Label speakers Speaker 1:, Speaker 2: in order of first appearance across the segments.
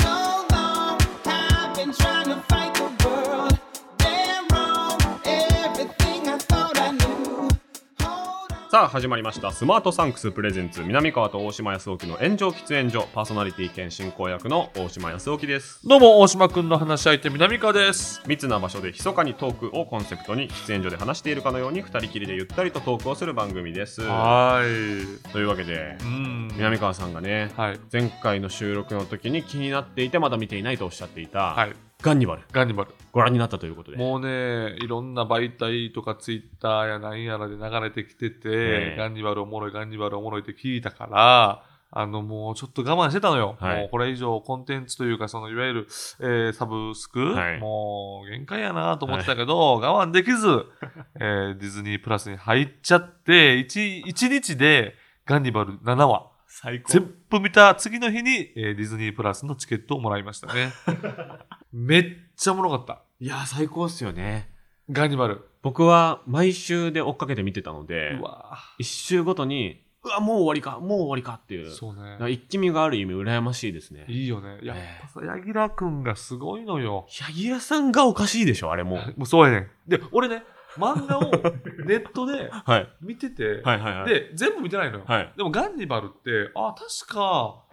Speaker 1: So long, I've been trying to fight the world. Damn wrong, everything I thought I knew. Hold on.
Speaker 2: さあ始まりましたスマートサンクスプレゼンツ南川と大島康沖の炎上喫煙所パーソナリティ兼進行役の大島康沖です
Speaker 3: どうも、大島くんの話し相手、南川です。
Speaker 2: 密な場所で密かにトークをコンセプトに喫煙所で話しているかのように二人きりでゆったりとトークをする番組です
Speaker 3: はーい。
Speaker 2: というわけで
Speaker 3: うん。
Speaker 2: 南川さんがね
Speaker 3: はい。
Speaker 2: 前回の収録の時に気になっていてまだ見ていないとおっしゃっていた、
Speaker 3: はい。
Speaker 2: ガンニバル
Speaker 3: ガンニバル。
Speaker 2: ご覧になったということで
Speaker 3: もうね、いろんな媒体とかツイッターやなんやらで流れてきてて、
Speaker 2: ええ
Speaker 3: ガンニバルおもろい、ガンニバルおもろいって聞いたから、あのもうちょっと我慢してたのよ。
Speaker 2: はい
Speaker 3: もうこれ以上コンテンツというか、そのいわゆる、えーサブスク、
Speaker 2: はい
Speaker 3: もう限界やなと思ってたけど、我慢できず、 えーディズニープラスに入っちゃって、1, 日でガンニバル7話。
Speaker 2: 最
Speaker 3: 全部見た次の日に、えーディズニープラスのチケットをもらいました ね。めっちゃおもろかった。
Speaker 2: いや最高っすよね
Speaker 3: ガンニバル。
Speaker 2: 僕は毎週で追っかけて見てたので
Speaker 3: うわぁ
Speaker 2: 一週ごとにうわもう終わりかもう終わりかっていう
Speaker 3: そう
Speaker 2: だから
Speaker 3: ね。
Speaker 2: 一気見がある意味羨ましいですね
Speaker 3: いいよね。やっぱさ、柳楽くんがすごいのよ。
Speaker 2: 柳楽さんがおかしいでしょあれもう
Speaker 3: もうそうやねん。で、俺ね、漫画をネットで
Speaker 2: はい
Speaker 3: 見てて、
Speaker 2: はいはいはい
Speaker 3: で、全部見てないのよ。
Speaker 2: はい
Speaker 3: でも、ガンニバルって、あ、確か、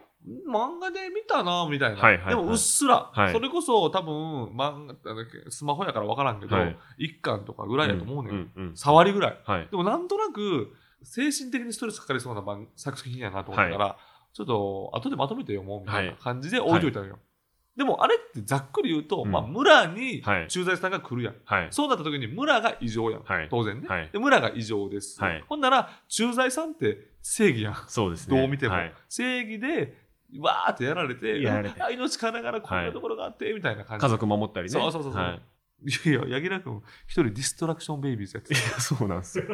Speaker 3: 漫画で見たな、みたいな。
Speaker 2: はいはいはい
Speaker 3: でも、うっすら、
Speaker 2: はい
Speaker 3: それこそ多分、漫画、なんだっけスマホやから分からんけど、
Speaker 2: はい
Speaker 3: 一巻とかぐらいだと思うねん。
Speaker 2: んうん
Speaker 3: 触りぐらい。
Speaker 2: はい
Speaker 3: でもなんとなく精神的にストレスかかりそうな番作品やなと思ったから、ちょっと後でまとめて読もうみたいな感じで置いといたのよ。でもあれってざっくり言うと、
Speaker 2: うん
Speaker 3: まあ、村に
Speaker 2: はい
Speaker 3: 駐在さんが来るやん、
Speaker 2: はい
Speaker 3: そうなった時に村が異常やん、
Speaker 2: はい
Speaker 3: 当然ね、
Speaker 2: はい
Speaker 3: で村が異常です、
Speaker 2: はい
Speaker 3: ほんなら駐在さんって正義やん
Speaker 2: そうですね
Speaker 3: どう見ても、
Speaker 2: はい
Speaker 3: 正義でわーってやられて
Speaker 2: やられて
Speaker 3: あ命からがらこんなところがあって、みたいな感じ
Speaker 2: 家族守ったりね
Speaker 3: そうそうそうそう
Speaker 2: はい
Speaker 3: いやいや柳楽君一人ディストラクションベイビーズやってた
Speaker 2: いやそうなんですよ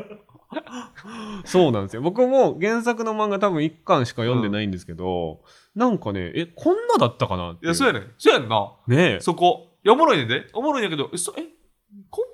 Speaker 2: そうなんですよ僕も原作の漫画多分1巻しか読んでないんですけど、なんかねえこんなだったかなって
Speaker 3: い
Speaker 2: いう
Speaker 3: やそうやねんそうやんな
Speaker 2: ねえ
Speaker 3: そこ。いや、おもろいねんで。おもろいんやけど、え、そえ根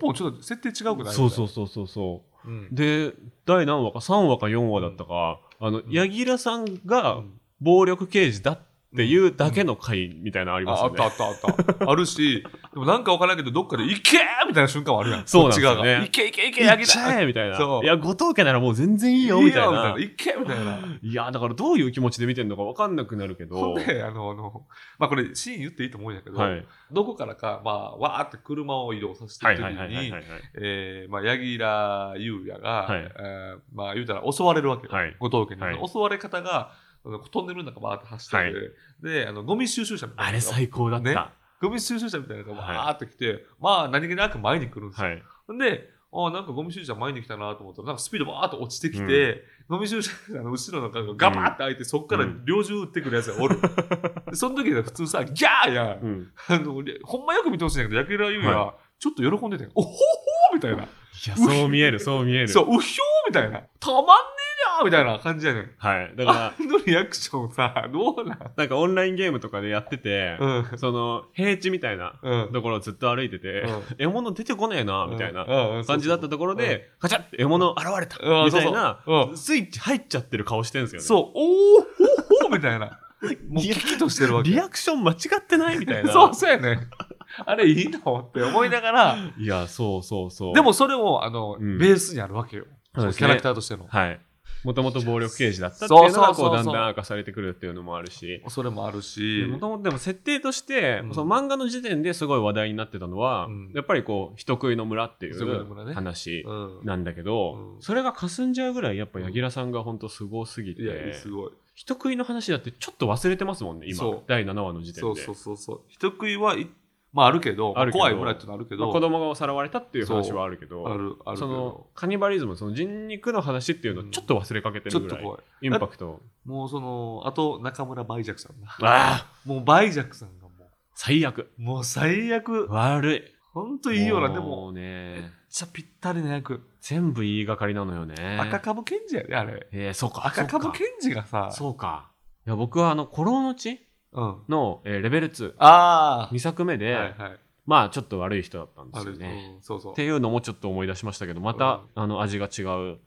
Speaker 3: 本ちょっと設定違うくない。
Speaker 2: そうそううそうそうそう
Speaker 3: うん。
Speaker 2: で第何話か3話か4話だったか、あの
Speaker 3: ん
Speaker 2: 柳楽さん
Speaker 3: う
Speaker 2: が
Speaker 3: ん
Speaker 2: 暴力刑事だっていうだけの回みたいなのあり
Speaker 3: あ
Speaker 2: ます
Speaker 3: あ
Speaker 2: よ
Speaker 3: った
Speaker 2: ね。
Speaker 3: あったあった。あるし、でもなんかわからんけど、どっかで行けーみたいな瞬間はあるや ん。
Speaker 2: そうなん
Speaker 3: こ
Speaker 2: です
Speaker 3: っち
Speaker 2: よね
Speaker 3: 側が。行け行け行け、
Speaker 2: やっ
Speaker 3: 柳
Speaker 2: ち
Speaker 3: 田。
Speaker 2: ゃえみたいな。
Speaker 3: そう
Speaker 2: いや、後藤家ならもう全然いいよ
Speaker 3: い
Speaker 2: み
Speaker 3: い
Speaker 2: たい
Speaker 3: よ
Speaker 2: な。い
Speaker 3: 行けみたいな。
Speaker 2: や、だからどういう気持ちで見てるのか分かんなくなるけど。
Speaker 3: ほん
Speaker 2: はい。
Speaker 3: で、あの、あの、まあこれ、シーン言っていいと思うんやけど、
Speaker 2: はい
Speaker 3: どこからか、まあ、わーって車を移動させて
Speaker 2: は
Speaker 3: る
Speaker 2: い
Speaker 3: 時
Speaker 2: はいはいはい
Speaker 3: に
Speaker 2: は、い。
Speaker 3: えーまあ、柳楽優也が、
Speaker 2: はい
Speaker 3: えーまあ、言うたら襲われるわけよ、
Speaker 2: はい
Speaker 3: 後藤家に、
Speaker 2: はい
Speaker 3: 襲われ方があのトンネルの中バーって走ってて、であのゴミ収集車みたいな
Speaker 2: あ
Speaker 3: の
Speaker 2: れ
Speaker 3: が
Speaker 2: 最高だった。
Speaker 3: ねゴミ収集車みたいなのが
Speaker 2: はい
Speaker 3: バーって来て、まあ何気なく前に来るんですよ、
Speaker 2: はい。
Speaker 3: であーなんかゴミ収集車前に来たなと思ったらなんかスピードバーっと落ちてきて、ゴミ収集車の後ろの角がガバーって開いて、そこから猟銃撃ってくるやつが おる、でその時は普通さギャーやん
Speaker 2: うん。
Speaker 3: あのほんまよく見てほしいんだけど柳楽優也、
Speaker 2: は
Speaker 3: ちょっと喜んでておほほーみたいない
Speaker 2: や、そう見え る、そう見える。
Speaker 3: そう、うひょーみたいな。たまんねえなーみたいな感じやねん。
Speaker 2: はい。だ
Speaker 3: あ
Speaker 2: から、
Speaker 3: のリアクションさ、どうなん
Speaker 2: なんかオンラインゲームとかでやってて、
Speaker 3: うん。
Speaker 2: その、平地みたいな
Speaker 3: うん。
Speaker 2: ところをずっと歩いてて、獲物出てこねえな、みたいな。
Speaker 3: な
Speaker 2: 感じだったところで、カチャッて獲物現れた
Speaker 3: うん
Speaker 2: みたいな
Speaker 3: そうそうう、
Speaker 2: スイッチ入っちゃってる顔してるんですよね。
Speaker 3: そう、おーほーほーみた いな。もう
Speaker 2: リ
Speaker 3: 危
Speaker 2: ア
Speaker 3: 機としてるわけ。
Speaker 2: リアクション間違ってないみたい な。
Speaker 3: そう、そうやねん。あれいいのって思いながら、
Speaker 2: いや、そうそうそう。
Speaker 3: でも、それも、あの、
Speaker 2: うん
Speaker 3: ベースにあるわけよ。
Speaker 2: そうですね
Speaker 3: キャラクターとしての。
Speaker 2: はい。もともと暴力刑事だったっていうのが、こ
Speaker 3: そうそうそう
Speaker 2: う、だ
Speaker 3: そうん
Speaker 2: だん明かされてくるっていうのもあるし。
Speaker 3: それもあるし。
Speaker 2: もともとでも設定として、
Speaker 3: うん
Speaker 2: その漫画の時点ですごい話題になってたのは、
Speaker 3: うん
Speaker 2: やっぱりこう人食いの村ってい
Speaker 3: 人食いの村
Speaker 2: う
Speaker 3: ね
Speaker 2: 話
Speaker 3: うん。
Speaker 2: なんだけど、
Speaker 3: うん
Speaker 2: それが霞んじゃうぐらいやっぱ柳楽さんが本当すごすぎて、
Speaker 3: いや、すごい。
Speaker 2: 人食いの話だってちょっと忘れてますもんね今
Speaker 3: そう
Speaker 2: 第7話の時点で
Speaker 3: そうそうそうそう。人食いはい、まああるけど、
Speaker 2: あるけど
Speaker 3: 怖い村ってのはあるけど、
Speaker 2: まあ子供がさらわれたっていう話はあるけど
Speaker 3: ある、あるけ
Speaker 2: その
Speaker 3: ど。
Speaker 2: カニバリズムその人肉の話っていうのをちょっと忘れかけて
Speaker 3: ちょ
Speaker 2: る
Speaker 3: っ
Speaker 2: ぐ
Speaker 3: と
Speaker 2: らい、
Speaker 3: 怖い。
Speaker 2: インパクト
Speaker 3: もうその、あと中村バイジャクさんが。
Speaker 2: ああ
Speaker 3: もうバイジャクさんがも
Speaker 2: 最悪
Speaker 3: う、もう最悪。
Speaker 2: 悪い
Speaker 3: ほんといいよな、で
Speaker 2: う
Speaker 3: も、めっ
Speaker 2: ね
Speaker 3: ちゃぴったりな役。
Speaker 2: 全部言いがかりなのよね
Speaker 3: 赤株賢治やね、あれ。
Speaker 2: えー、そうか
Speaker 3: 赤
Speaker 2: そう
Speaker 3: 株
Speaker 2: か
Speaker 3: 賢治がさ、
Speaker 2: そうかいや僕はあの「古老の地
Speaker 3: うん。あ
Speaker 2: の」えーレベル22
Speaker 3: あー。
Speaker 2: 作目で、
Speaker 3: はいはい。
Speaker 2: まあちょっと悪い人だったんで
Speaker 3: あ
Speaker 2: すよ
Speaker 3: る
Speaker 2: ね
Speaker 3: うんそうそう
Speaker 2: っ。ていうのもちょっと思い出しましたけどまた、あの味が違う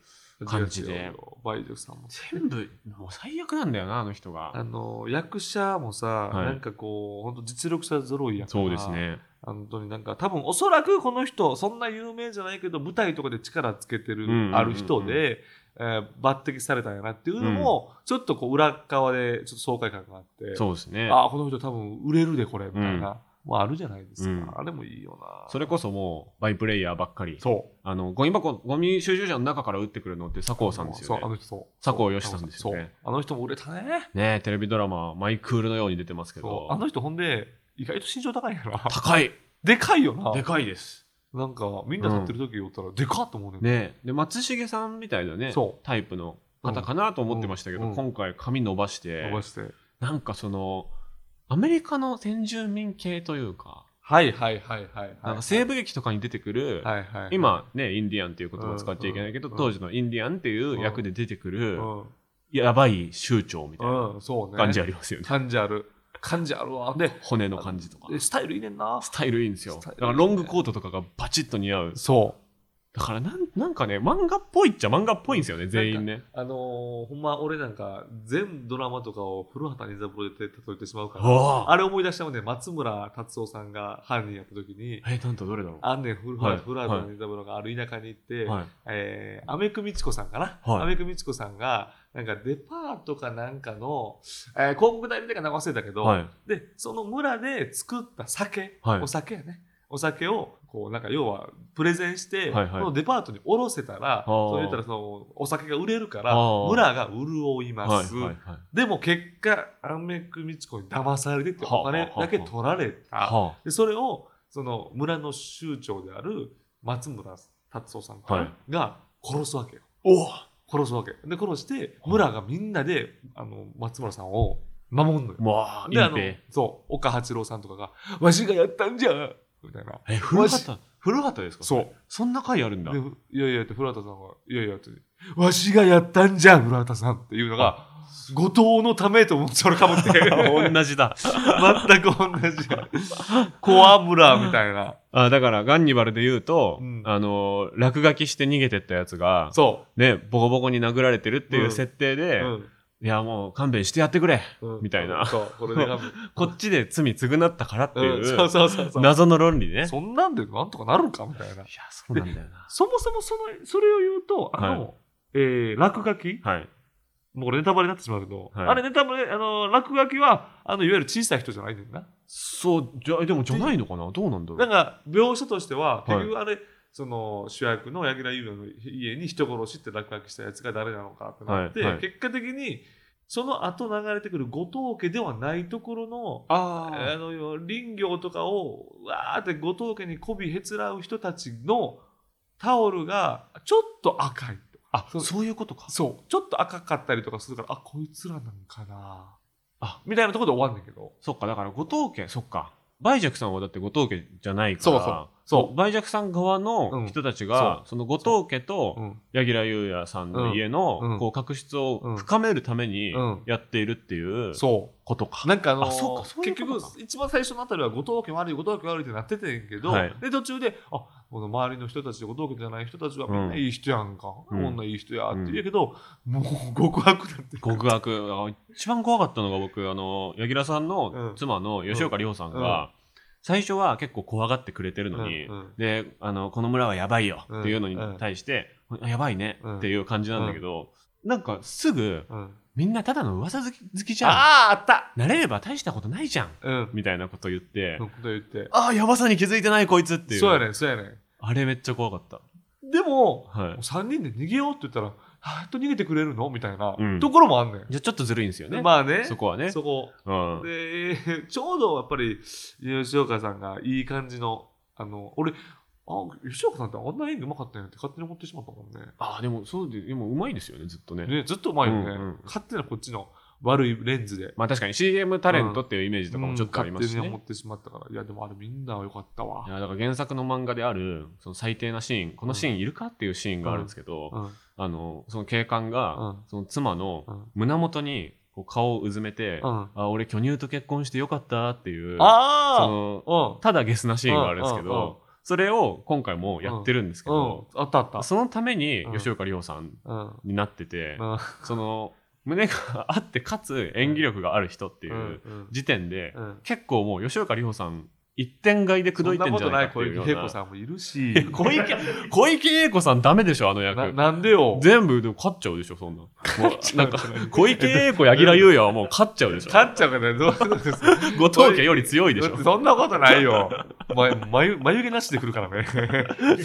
Speaker 2: 感じで
Speaker 3: 違う違う。バイジョクさんも。
Speaker 2: 全部もう最悪なんだよなあの人
Speaker 3: あ
Speaker 2: が
Speaker 3: の、役者もさ、
Speaker 2: い
Speaker 3: なんかこう、本当実力者揃いやか ら。
Speaker 2: そうです。ね
Speaker 3: 本当になんか、多分おそらくこの人、そんな有名じゃないけど、舞台とかで力つけて
Speaker 2: うんうんうんう
Speaker 3: る、
Speaker 2: ん
Speaker 3: ある人で、えー抜擢されたんやなっていうのも、ちょっとこう、裏側で、ちょっと爽快感があって。
Speaker 2: そうですね
Speaker 3: ああ、この人多分売れるで、これ、みたいな。もうあるじゃないですか。
Speaker 2: うん
Speaker 3: あれもいいよな。
Speaker 2: それこそもうバイプレイヤーばっかり
Speaker 3: そう。
Speaker 2: あのゴミ箱ゴミ収集車の中から打ってくるのって佐藤さんですよ
Speaker 3: そう、あの
Speaker 2: ね
Speaker 3: 人そう。
Speaker 2: 佐藤義さんですよね
Speaker 3: そう。あの人も売れたね。
Speaker 2: ねえテレビドラマ「マイクール」のように出てますけ
Speaker 3: そ
Speaker 2: ど
Speaker 3: う。あの人、ほんで、意外と身長高いんやな。
Speaker 2: 高い
Speaker 3: でかいよな。
Speaker 2: でかいです
Speaker 3: なんか、みんな立ってる時言ったら、でかっと思うねん。
Speaker 2: ねえで松重さんみたいなね
Speaker 3: そう
Speaker 2: タイプの方かなと思ってましたけど、
Speaker 3: うんうん
Speaker 2: 今回髪伸ばして
Speaker 3: 伸ばして。
Speaker 2: なんかそのアメリカの先住民系というか
Speaker 3: はいはいはいはい。
Speaker 2: なんか西部劇とかに出てくる、
Speaker 3: はいはい。、
Speaker 2: 今ねインディアンっていう言葉を使っちゃいけないけど、
Speaker 3: うんうん
Speaker 2: 当時のインディアンっていう役で出てく
Speaker 3: う
Speaker 2: る、
Speaker 3: ん。
Speaker 2: やばい酋長みたいな
Speaker 3: うん、そうね。
Speaker 2: 感じあ
Speaker 3: ある。
Speaker 2: りますよね、
Speaker 3: 感じある。感じあるわ。で、
Speaker 2: 骨の感じとか
Speaker 3: でスタイルいいねんな
Speaker 2: ス。タイルいいんですよ
Speaker 3: スタ
Speaker 2: だ
Speaker 3: イ
Speaker 2: か
Speaker 3: ルいいね
Speaker 2: らロングコートとかがバチッと似合う
Speaker 3: そう。
Speaker 2: だからなんなんかね漫画っぽいっちゃ漫画っぽいんですよね全員ね
Speaker 3: あのーほんま俺なんか全ドラマとかを古畑任三郎で例えてしまうから
Speaker 2: あ
Speaker 3: あれ思い出したもんね松村達夫さんが犯人やった時に
Speaker 2: えなんとどれだろう
Speaker 3: あんねん古
Speaker 2: はい
Speaker 3: 畑古畑任三郎がある田舎に行って、
Speaker 2: はい
Speaker 3: えー、アメクミチコさんかな、
Speaker 2: はい
Speaker 3: アメクミチコさんがなんかデパートかなんかの、えー、広告代理店かなんか忘れたけど、
Speaker 2: はい
Speaker 3: でその村で作った酒、
Speaker 2: はい
Speaker 3: お酒やねお酒をこうなんか要はプレゼンして、
Speaker 2: はいはい
Speaker 3: このデパートに卸せたら
Speaker 2: ー
Speaker 3: そう言ったらそのお酒が売れるから
Speaker 2: あー
Speaker 3: 村が潤い
Speaker 2: は
Speaker 3: ま
Speaker 2: い
Speaker 3: す、
Speaker 2: はいはい
Speaker 3: でも結果アメクミチコに騙されてってお金だけ取られた。
Speaker 2: は
Speaker 3: でそれをその村の酋長である松村達夫さんかな
Speaker 2: はい
Speaker 3: が殺すわけよ、
Speaker 2: お
Speaker 3: 殺すわけで殺して村がみんなであの松村さんを守んのよ、
Speaker 2: まあ隠
Speaker 3: であの
Speaker 2: 蔽
Speaker 3: そう岡八郎さんとかが「わしがやったんじゃ!」みたいな
Speaker 2: え古畑古畑ですか
Speaker 3: そう
Speaker 2: そんな回あるんだ
Speaker 3: でいやいやって古畑さんが「いやいや」って「わしがやったんじゃ古畑さん」っていうのが後藤のためと思ってそれかぶって
Speaker 2: 同じだ
Speaker 3: 全く同じコア村みたいな
Speaker 2: あだからガンニバルで言うと、
Speaker 3: うん
Speaker 2: あの落書きして逃げてったやつが、
Speaker 3: そ
Speaker 2: ね、ボコボコに殴られてるってい
Speaker 3: うん
Speaker 2: う設定
Speaker 3: う、
Speaker 2: で、
Speaker 3: うん
Speaker 2: いやもう勘弁してやってくれ、
Speaker 3: うん
Speaker 2: みたいな
Speaker 3: そう、これで多分
Speaker 2: こっちで罪償ったからっていう、
Speaker 3: うんそうそうそうそう。
Speaker 2: 謎の論理ね。いや
Speaker 3: そんなんでなんとかなるかみたいな。
Speaker 2: そうなんだよ な。
Speaker 3: そもそもその、それを言うと、あの、えー落書き
Speaker 2: はい、
Speaker 3: もうこれネタバレになってしまうけど、
Speaker 2: はい
Speaker 3: あれネタバレ、あの、落書きは、あの、いわゆる小さい人じゃないねんだよ
Speaker 2: そうじゃでもじゃないのかなどうなんだろう
Speaker 3: な。なんか、描写としては、
Speaker 2: い
Speaker 3: 結局あれ、その主役の柳楽優弥の家に人殺しって落書きしたやつが誰なのかってなって、
Speaker 2: はいはい
Speaker 3: 結果的に、その後流れてくる後藤家ではないところの、あ
Speaker 2: あ
Speaker 3: の林業とかをわーって後藤家に媚びへつらう人たちのタオルがちょっと赤いと
Speaker 2: あ
Speaker 3: そう
Speaker 2: そういうことか。
Speaker 3: そうちょっと赤かったりとかするからあこいつらなんかな
Speaker 2: あ
Speaker 3: みたいなところで終わんねんけど
Speaker 2: そっかだから後藤家そっか梅若さんはだって後藤家じゃないから
Speaker 3: そうそうそう
Speaker 2: 梅若さん側
Speaker 3: うん
Speaker 2: の人たちが、その後藤家と
Speaker 3: うん
Speaker 2: 柳楽優弥さんの家の、
Speaker 3: うん
Speaker 2: こう確執
Speaker 3: うん
Speaker 2: を深めるために
Speaker 3: うん
Speaker 2: やっているっていう
Speaker 3: そ
Speaker 2: ことか
Speaker 3: う。なんかあのー
Speaker 2: あそうかそういう
Speaker 3: 結
Speaker 2: こと
Speaker 3: 局
Speaker 2: か
Speaker 3: 一番最初のあたりは後藤家悪い後藤家悪いってなっててんけど、
Speaker 2: はい
Speaker 3: で途中であこの周りの人たちで後藤家じゃない人たちはみんないい人やんか、
Speaker 2: うん
Speaker 3: こんないい人やって言うけど、もう極悪だって
Speaker 2: 極悪あ一番怖かったのが僕あの柳楽さん
Speaker 3: う
Speaker 2: の
Speaker 3: ん
Speaker 2: 妻の吉岡里帆さん
Speaker 3: うんう
Speaker 2: が最初は結構怖がってくれてるのに、
Speaker 3: うんうん
Speaker 2: であのこの村はやばいよっていうのに対して、あやばいねっていう感じなんだけど、なんかすぐ
Speaker 3: うん
Speaker 2: みんなただの噂好き好きじゃん
Speaker 3: ああーあった
Speaker 2: 慣れれば大したことないじゃん
Speaker 3: うん
Speaker 2: みたいなこと言って、
Speaker 3: のこと言って
Speaker 2: ああやばさに気づいてないこいつっていう
Speaker 3: そうやねんそうやねん
Speaker 2: あれめっちゃ怖かった
Speaker 3: でも
Speaker 2: はい
Speaker 3: 3人で逃げようって言ったらはーっと逃げてくれるのみたいな
Speaker 2: うん
Speaker 3: ところもあんねん、
Speaker 2: じゃあちょっとずるいんですよね、
Speaker 3: まあね
Speaker 2: そこはね
Speaker 3: そこ
Speaker 2: うん
Speaker 3: で ちょうどやっぱり吉岡さんがいい感じのあの俺あ吉岡さんってあんな演技うまかったんやって勝手に思ってしまったもんね
Speaker 2: ああでもそうででもうまいですよねずっとね
Speaker 3: ねずっとうまいよね、
Speaker 2: うんうん
Speaker 3: 勝手なこっちの悪いレンズで。
Speaker 2: まあ確かに CM タレントっていうイメージとかもちょっとありますし
Speaker 3: うん
Speaker 2: ね。
Speaker 3: 勝手に思ってしまったから。いや、でもあれみんな良かったわ
Speaker 2: い。やだから原作の漫画であるその最低なシーンこのシーンいるかっていうシーンがあるんですけど、
Speaker 3: うん。
Speaker 2: あのその警官が、
Speaker 3: うん
Speaker 2: その妻の
Speaker 3: うん
Speaker 2: 胸元にこう顔をうずめて、
Speaker 3: うん
Speaker 2: あ俺巨乳と結婚してよかったっていうそ
Speaker 3: あ
Speaker 2: の
Speaker 3: あ
Speaker 2: ただゲスなシーンがあるんですけど、
Speaker 3: うんうんうん
Speaker 2: それを今回もやってるんですけ
Speaker 3: うん。うん
Speaker 2: ど、。
Speaker 3: あったあった。
Speaker 2: そのために
Speaker 3: うん
Speaker 2: 吉岡里帆さん
Speaker 3: うん。
Speaker 2: になってて、
Speaker 3: うん
Speaker 2: その胸があってかつ演技力がある人っていううん
Speaker 3: うん
Speaker 2: 時点で、
Speaker 3: うん。
Speaker 2: 結構もう吉岡里帆さん一点買いで口説いてんじゃないかってい
Speaker 3: そんなこと
Speaker 2: う
Speaker 3: ない
Speaker 2: よ
Speaker 3: 小
Speaker 2: うな
Speaker 3: 池栄子さんもいるし。
Speaker 2: 小池、小池栄子さんダメでしょ、あの
Speaker 3: な
Speaker 2: 役。
Speaker 3: なんでよ。
Speaker 2: 全部でも勝っちゃうでしょ、そんなん。もうなんか、小池栄子、柳楽優也は もう勝っちゃうでしょ。
Speaker 3: 勝っちゃうから どういうことですか
Speaker 2: 後藤家より強いでしょ
Speaker 3: だっ。てそんなことないよ。ま、眉眉毛なしで来るからね。
Speaker 2: いや、だ
Speaker 3: えー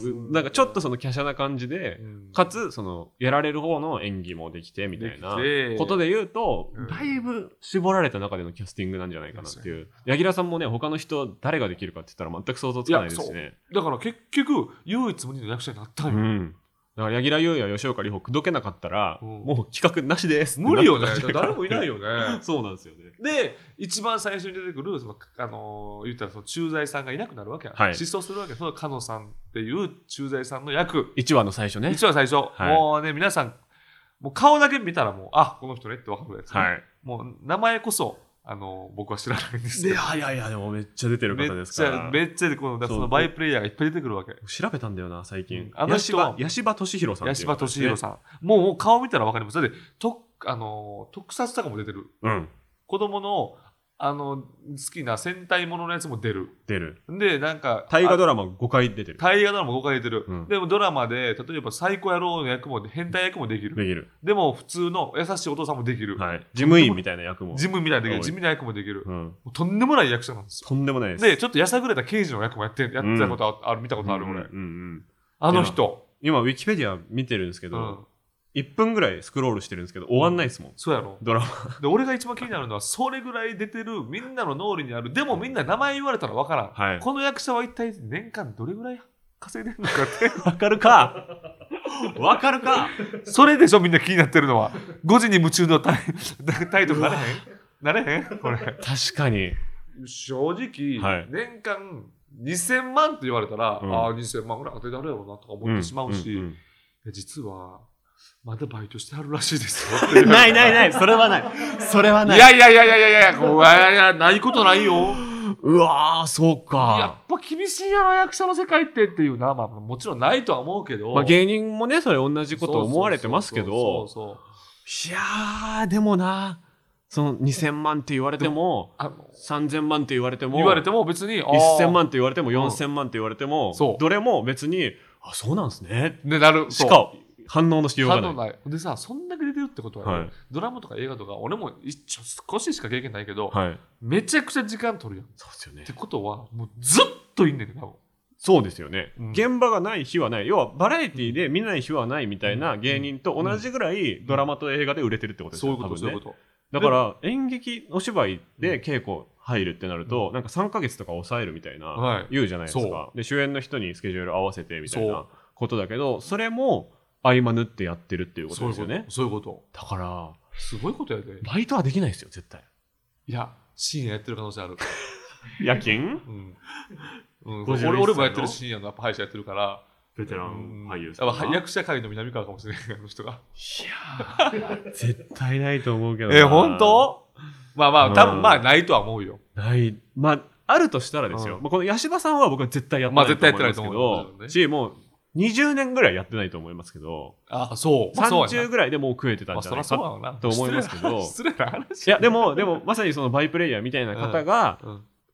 Speaker 2: からなんかちょっとその華奢な感じで、かつ、その、やられる方の演技もできて、みたいな
Speaker 3: できて
Speaker 2: ことで言うと
Speaker 3: うん、
Speaker 2: だいぶ絞られた中でのキャスティングなんじゃないかなっていう。柳楽さんもね、他の人、誰ができるかって言ったら全く想像つかないですし
Speaker 3: い
Speaker 2: ね。
Speaker 3: だから結局、唯一無二の役者になった
Speaker 2: うん
Speaker 3: よ。
Speaker 2: ん。だから、柳楽優也、吉岡里帆、口説けなかったら、
Speaker 3: うん
Speaker 2: もう企画なしですってなった
Speaker 3: 無理
Speaker 2: んじゃ
Speaker 3: よ
Speaker 2: な
Speaker 3: ね
Speaker 2: かな。。
Speaker 3: 誰もいないよ ね。
Speaker 2: そうなんですよね。
Speaker 3: で、一番最初に出てくる、その、あのー言ったらその駐在さんがいなくなるわけや。
Speaker 2: はい
Speaker 3: 失踪するわけ。その、かのさんっていう駐在さんの役。
Speaker 2: 1話の最初ね。
Speaker 3: 一番最初、
Speaker 2: はい
Speaker 3: もうね、皆さん、もう顔だけ見たらもう、あ、この人ねってわかるやつね、
Speaker 2: はい。
Speaker 3: もう、名前こそ、あのー僕は知らないんですけ
Speaker 2: い
Speaker 3: ど
Speaker 2: やいやいや、でもめっちゃ出てる
Speaker 3: め
Speaker 2: 方
Speaker 3: っ
Speaker 2: です
Speaker 3: ち
Speaker 2: か
Speaker 3: ゃ
Speaker 2: ら。、
Speaker 3: めっちゃで、この、だからそ
Speaker 2: そう
Speaker 3: のバイプレイヤーがいっぱい出てくるわけ。
Speaker 2: 調べたんだよな、最近。
Speaker 3: あの人
Speaker 2: 八
Speaker 3: は
Speaker 2: 芝八芝俊弘さん
Speaker 3: 八
Speaker 2: っていう
Speaker 3: 島
Speaker 2: 方で
Speaker 3: 敏
Speaker 2: すね。
Speaker 3: 弘さん。もうもう顔見たらわかります。だって、とあのー特撮とかも出てる。
Speaker 2: うん。
Speaker 3: 子供の、あの、好きな戦隊もののやつも出る。
Speaker 2: 出る。
Speaker 3: で、なんか、
Speaker 2: 大河
Speaker 3: あ
Speaker 2: ドラマ5回出てる。
Speaker 3: 大河ドラマ5回出てる。
Speaker 2: うん
Speaker 3: でもドラマで、例えばサイコ野郎の役も、変態役もできる。
Speaker 2: できる。
Speaker 3: でも、普通の優しいお父さんもできる。
Speaker 2: はい。事務員みたいな役も。
Speaker 3: ジムみたいなでき
Speaker 2: う
Speaker 3: る。
Speaker 2: ん
Speaker 3: ジムな役もできる。
Speaker 2: うん。
Speaker 3: もうとんでもない役者なんですよ。
Speaker 2: とんでもないです。
Speaker 3: で、ちょっとやさぐれた刑事の役もやって、やってたことあある、見たことある、
Speaker 2: うんうん
Speaker 3: 俺。
Speaker 2: うん
Speaker 3: あの人。
Speaker 2: 今、ウィキペディア見てるんですけ
Speaker 3: う
Speaker 2: ど
Speaker 3: ん、。
Speaker 2: 1分ぐらいスクロールしてるんですけど、終わんないですもん。
Speaker 3: そうやろ。
Speaker 2: ドラマ。
Speaker 3: で俺が一番気になるのはそれぐらい出てるみんなの脳裏にあるでもみんな名前言われたらわからん、
Speaker 2: はい
Speaker 3: この役者は一体年間どれぐらい稼いでるのかっ
Speaker 2: わかるか わかるか
Speaker 3: て それでしょみんな気になってるのは5時に夢中のタイタイトルなれへんなれへんこれ
Speaker 2: 確かに。
Speaker 3: 正直、
Speaker 2: はい
Speaker 3: 年間2000万って言われたら、
Speaker 2: うん
Speaker 3: ああ2000万ぐらい当てられるやろうなとか思ってしまうし、
Speaker 2: んんん
Speaker 3: いや実はまだバイトしてあるらしいです よ
Speaker 2: ないない
Speaker 3: い
Speaker 2: ない、それはない。それはない
Speaker 3: い。やいやいやいやいやいやこういやいやないことないよ
Speaker 2: うわー、そう
Speaker 3: やっ
Speaker 2: か。
Speaker 3: ぱ厳しいやな、役者の世界ってっていうな、まあ、もちろんないとは思うけど。
Speaker 2: まあ、芸人もね、それ同じこと思われてますけ
Speaker 3: そう
Speaker 2: ど、
Speaker 3: そうそうそ
Speaker 2: い
Speaker 3: う
Speaker 2: やー、でもな、その2000万って言われても、
Speaker 3: あの
Speaker 2: 3000万って言われても、
Speaker 3: 言われても別に、あー
Speaker 2: 1000万って言われても、
Speaker 3: ん
Speaker 2: 4000万って言われても、
Speaker 3: そう
Speaker 2: どれも別に、あ、そうなんですね、
Speaker 3: ね、なる。
Speaker 2: し
Speaker 3: そう
Speaker 2: か反応のしようが
Speaker 3: 反
Speaker 2: な
Speaker 3: 応
Speaker 2: い。
Speaker 3: ない。でさ、そんだけ出てるってことは、ね
Speaker 2: はい
Speaker 3: ドラマとか映画とか、俺も一応少ししか経験ないけど、
Speaker 2: はい。
Speaker 3: めちゃくちゃ時間取るやん。っ
Speaker 2: そうですよね
Speaker 3: て。ことは、もうずっといんねんけど、多分
Speaker 2: そうですよね、
Speaker 3: うん
Speaker 2: 現場がない日はない。要は、バラエティで見ない日はないみたいな芸人と同じぐらいドラマと映画で売れてるってことです
Speaker 3: そう
Speaker 2: よ
Speaker 3: いうこと、
Speaker 2: 多分
Speaker 3: そう
Speaker 2: ね
Speaker 3: いうこと。
Speaker 2: だから演劇お芝居で稽古入るってなると、なんか3ヶ月とか抑えるみたいな、
Speaker 3: はい
Speaker 2: 言うじゃないです
Speaker 3: そ
Speaker 2: かで主演の人にスケジュール合わせてみたい
Speaker 3: そう
Speaker 2: なことだけどそれも合間縫ってやってるっていうこと
Speaker 3: そうい
Speaker 2: です
Speaker 3: う
Speaker 2: よ
Speaker 3: こ
Speaker 2: ね
Speaker 3: と。そういうこと。
Speaker 2: だか
Speaker 3: すごいことやで。
Speaker 2: らバイトはできないですよ絶対
Speaker 3: いや、深夜やってる可能性ある。
Speaker 2: 夜勤
Speaker 3: うん。うん、
Speaker 2: 51歳
Speaker 3: 俺
Speaker 2: の
Speaker 3: 俺もやってる深夜の歯医者やってるから、
Speaker 2: ベテラ
Speaker 3: うん
Speaker 2: ン俳優さん
Speaker 3: あ
Speaker 2: がいや
Speaker 3: 役者界の南川かもしれない、あの人が。
Speaker 2: ー絶対 ないと思うけどな
Speaker 3: え、本当まあま
Speaker 2: う
Speaker 3: あ、
Speaker 2: ん
Speaker 3: 多分まあ、ないとは思うよ。
Speaker 2: ないまああるとしたらですよ、
Speaker 3: うん
Speaker 2: まあ、この八柴さんは僕は絶対やってないと思いますけ
Speaker 3: まあ絶対やってないと思う
Speaker 2: ど
Speaker 3: ん、だよね
Speaker 2: しもう20年ぐらいやってないと思いますけど
Speaker 3: ああ、そう。まあ、そうや
Speaker 2: 30
Speaker 3: な。
Speaker 2: ぐらいでもう食えてた
Speaker 3: ま
Speaker 2: ん
Speaker 3: あ、
Speaker 2: じゃ
Speaker 3: そ
Speaker 2: な
Speaker 3: り
Speaker 2: い
Speaker 3: ゃそうや
Speaker 2: か
Speaker 3: ろうな。
Speaker 2: と思いますけど
Speaker 3: 失礼な話。
Speaker 2: いやでもでもまさにそのバイプレイヤーみたいな方が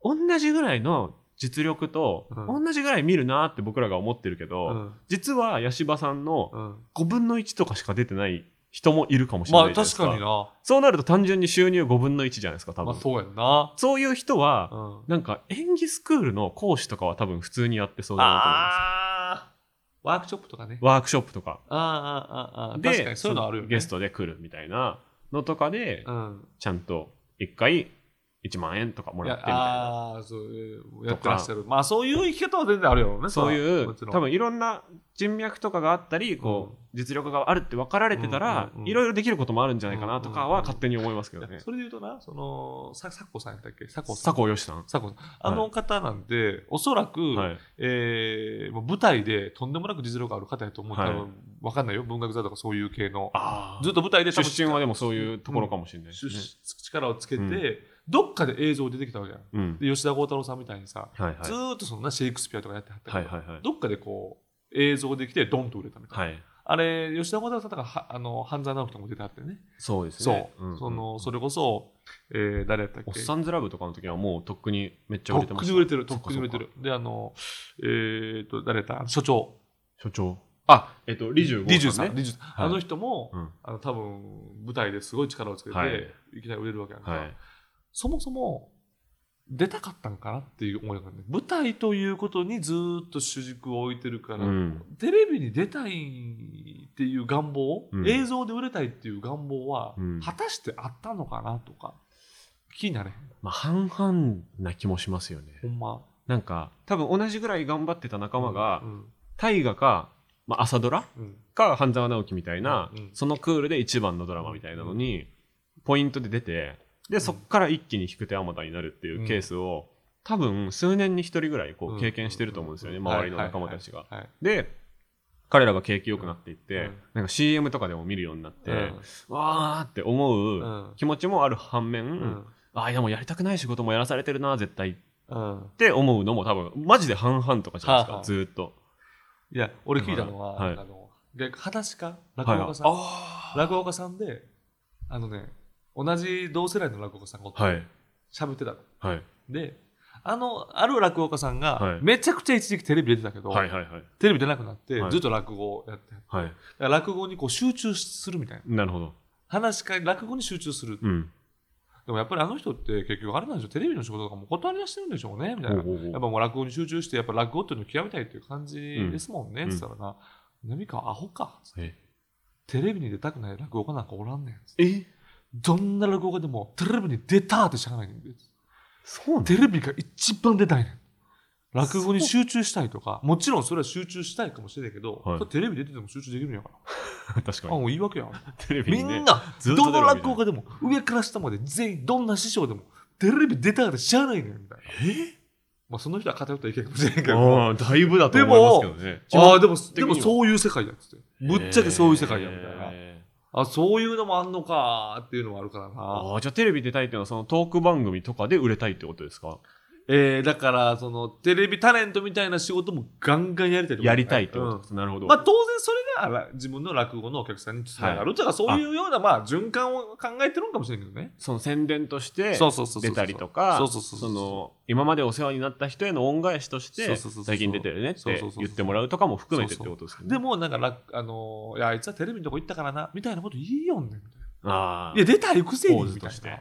Speaker 3: うん、
Speaker 2: 同じぐらいの実力と
Speaker 3: うん
Speaker 2: 同じぐらい見るなって僕らが思ってるけ
Speaker 3: う
Speaker 2: ど
Speaker 3: ん。
Speaker 2: 実は八柴さんの
Speaker 3: うん
Speaker 2: 5分の1とかしか出てない人もいるかもしれ
Speaker 3: ま
Speaker 2: な
Speaker 3: あ、
Speaker 2: いじゃないです
Speaker 3: 確
Speaker 2: か
Speaker 3: かにな。ま
Speaker 2: そうなると単純に収入5分の1じゃないですか多
Speaker 3: あ、
Speaker 2: 分
Speaker 3: そうやんな。
Speaker 2: そういう人
Speaker 3: う
Speaker 2: は
Speaker 3: ん。
Speaker 2: なんか演技スクールの講師とかは多分普通にやってそうだなと思いま
Speaker 3: ああ。ワークショップとかね
Speaker 2: す。ワークショップとか
Speaker 3: ああ、ああ、ああ。
Speaker 2: で
Speaker 3: 確かに、そういうのあるよね。
Speaker 2: ゲストで来るみたいなのとかで
Speaker 3: うん。
Speaker 2: ちゃんと一回1万円とかも
Speaker 3: い
Speaker 2: らっ
Speaker 3: や
Speaker 2: てみたいな。
Speaker 3: ああ、そういう、やってらっしゃる。まあ、そういう生き方は全然あるよね。
Speaker 2: そうい
Speaker 3: も
Speaker 2: う
Speaker 3: ちろん
Speaker 2: 多分いろんな人脈とかがあったりこう、実力があるって分かられてたら、
Speaker 3: うんうんうん
Speaker 2: いろいろできることもあるんじゃないかなとか
Speaker 3: うんうんう
Speaker 2: は
Speaker 3: ん
Speaker 2: 勝手に思いますけ
Speaker 3: い
Speaker 2: ど
Speaker 3: や
Speaker 2: ね。
Speaker 3: それで言うとな、その、ささっこさんやったっけさこさん。
Speaker 2: 佐藤よしさん、
Speaker 3: さこさん。あの方なんて、おそらく、
Speaker 2: はい、
Speaker 3: えーもう舞台でとんでもなく実力がある方やと思う。
Speaker 2: はい
Speaker 3: 多分わかんないよ。文学座とかそういう系の。
Speaker 2: あ
Speaker 3: ずっと舞台で多
Speaker 2: 出
Speaker 3: 分
Speaker 2: 身はでもそういうところかもしれないです
Speaker 3: 出
Speaker 2: ね、
Speaker 3: 力をつけて、
Speaker 2: うん
Speaker 3: どっかで映像出てきたわけじゃん。
Speaker 2: うん
Speaker 3: で吉田鋼太郎さんみたいにさ、
Speaker 2: はいはい
Speaker 3: ずーっとそんなシェイクスピアとかやってはったけど、
Speaker 2: はいはいはい
Speaker 3: どっかでこう映像できてドンと売れたみたいな、
Speaker 2: はい
Speaker 3: あれ吉田鋼太郎さんとかはあの半沢直樹とかも出てはってね
Speaker 2: そうです
Speaker 3: そう
Speaker 2: ね、んん
Speaker 3: そのそれこそ、えー誰やったっけ
Speaker 2: おっさんずラブとかの時はもうとっくにめっちゃ売
Speaker 3: とっ
Speaker 2: れてま
Speaker 3: く
Speaker 2: し
Speaker 3: に
Speaker 2: た
Speaker 3: 売れてると
Speaker 2: そ
Speaker 3: っ
Speaker 2: っか
Speaker 3: くに売れてるであのえー、と誰やったあの所長
Speaker 2: そっか所長あえっとリジュウ
Speaker 3: リジュウさん、
Speaker 2: ね
Speaker 3: リジュウさん
Speaker 2: はい
Speaker 3: あの人も、
Speaker 2: うん
Speaker 3: あの多分舞台ですごい力をつけて、
Speaker 2: はい
Speaker 3: い、きなり売れるわけやんか、
Speaker 2: はい
Speaker 3: そもそも出たかったんかなっていう思いがあるね舞台ということにずーっと主軸を置いてるから、
Speaker 2: うん
Speaker 3: テレビに出たいっていう願望、
Speaker 2: うん
Speaker 3: 映像で売れたいっていう願望は、
Speaker 2: うん
Speaker 3: 果たしてあったのかなとか気になれへん
Speaker 2: まあ半々な気もしますよね
Speaker 3: ほんま
Speaker 2: なんか多分同じぐらい頑張ってた仲間が
Speaker 3: うん
Speaker 2: 大河か、まあ、朝ドラ
Speaker 3: うん
Speaker 2: か半沢直樹みたいな、
Speaker 3: うんうん
Speaker 2: そのクールで一番のドラマみたいなのに、ポイントで出てでそっから一気に引く手あまたになるっていうケースを、多分数年に一人ぐらいこ
Speaker 3: う
Speaker 2: うん経験してると思うんですよね、
Speaker 3: うん
Speaker 2: 周りの仲間たちが。
Speaker 3: はい
Speaker 2: で彼らが景気良くなっていって、
Speaker 3: うん
Speaker 2: なんか CM とかでも見るようになって、わーって思う
Speaker 3: う
Speaker 2: ん気持ちもある反面、
Speaker 3: うん
Speaker 2: あーでもやりたくない仕事もやらされてるな絶対っ
Speaker 3: うん
Speaker 2: て思うのも多分マジで半々とかじゃないですか、
Speaker 3: はあはあ
Speaker 2: ずーっと。
Speaker 3: いや俺聞いたのは、
Speaker 2: はい
Speaker 3: あので話か落
Speaker 2: はい
Speaker 3: 語家さん、
Speaker 2: あ
Speaker 3: 落語家さんであのね同じ同世代の落語家さんがおって
Speaker 2: ーはい
Speaker 3: 喋ってたの
Speaker 2: はい
Speaker 3: であのある落語家さんが、
Speaker 2: はい
Speaker 3: めちゃくちゃ一時期テレビ出てたけど、
Speaker 2: はいはいはい
Speaker 3: テレビ出なくなって、
Speaker 2: はい
Speaker 3: ずっと落語をやってだ
Speaker 2: はい
Speaker 3: から落語にこう集中するみたいな
Speaker 2: なるほど。
Speaker 3: 話し会落語に集中する、
Speaker 2: うん。
Speaker 3: でもやっぱりあの人って結局あれなんでしょうテレビの仕事とかも断り出してるんでしょうねみたいな
Speaker 2: おうおうおう
Speaker 3: やっぱもう落語に集中してやっぱ落語っていうのを極めたいっていう感じですもんね、
Speaker 2: うん
Speaker 3: つったらな「波川アホか
Speaker 2: え
Speaker 3: テレビに出たくない落語家なんかおらんねん」
Speaker 2: え
Speaker 3: どんな落語家でもテレビに出たってしゃあないねんで
Speaker 2: そうなん
Speaker 3: テレビが一番出たいねん。落語に集中したいとか、もちろんそれは集中したいかもしれないけど、
Speaker 2: はい
Speaker 3: それテレビ出てても集中できるんやから。
Speaker 2: 確か
Speaker 3: あ、
Speaker 2: に。
Speaker 3: もういいわけやん。
Speaker 2: テレビ
Speaker 3: み
Speaker 2: にね。
Speaker 3: んな、
Speaker 2: ずっと出
Speaker 3: どの
Speaker 2: るわけ
Speaker 3: 落語家でも、上から下まで全員、どんな師匠でも、テレビ出たらしゃあないねん、みたいな。まあ、その人は偏った意見かもしれないけど。
Speaker 2: ああ、だいぶだと思いますけどね。
Speaker 3: ああ、でも、
Speaker 2: に
Speaker 3: で
Speaker 2: は
Speaker 3: もそういう世界だっつって。ぶっちゃけそういう世界や、みたいな。
Speaker 2: えー
Speaker 3: あ、そういうのもあんのかーっていうのもあるからな。
Speaker 2: ああ、じゃあテレビ出たいっていうのは、そのトーク番組とかで売れたいってことですか
Speaker 3: えー、だから、その、テレビタレントみたいな仕事もガンガンやりたいと思う
Speaker 2: やりたいってこ
Speaker 3: う
Speaker 2: と
Speaker 3: ん
Speaker 2: です。なるほど。
Speaker 3: まあ、当然それがら自分の落語のお客さんにつながるとか、そういうようなまあ循環を考えてるんかもしれないけどね。
Speaker 2: その宣伝として
Speaker 3: そうそうそうそう
Speaker 2: 出たりとか、
Speaker 3: そうそうそうそう
Speaker 2: の今までお世話になった人への恩返しとし
Speaker 3: そ
Speaker 2: て
Speaker 3: うそうそうそう、
Speaker 2: 最近出てるねっ
Speaker 3: そう
Speaker 2: て
Speaker 3: そうそうそう
Speaker 2: 言ってもらうとかも含めてってことですよね。
Speaker 3: でもなんか落あのーいやあいつはテレビのとこ行ったからなみたいなこと言いよんねんみたい
Speaker 2: あ
Speaker 3: な。
Speaker 2: あ
Speaker 3: いや出たいくせに
Speaker 2: ポーズ
Speaker 3: みた
Speaker 2: と
Speaker 3: い
Speaker 2: して
Speaker 3: な。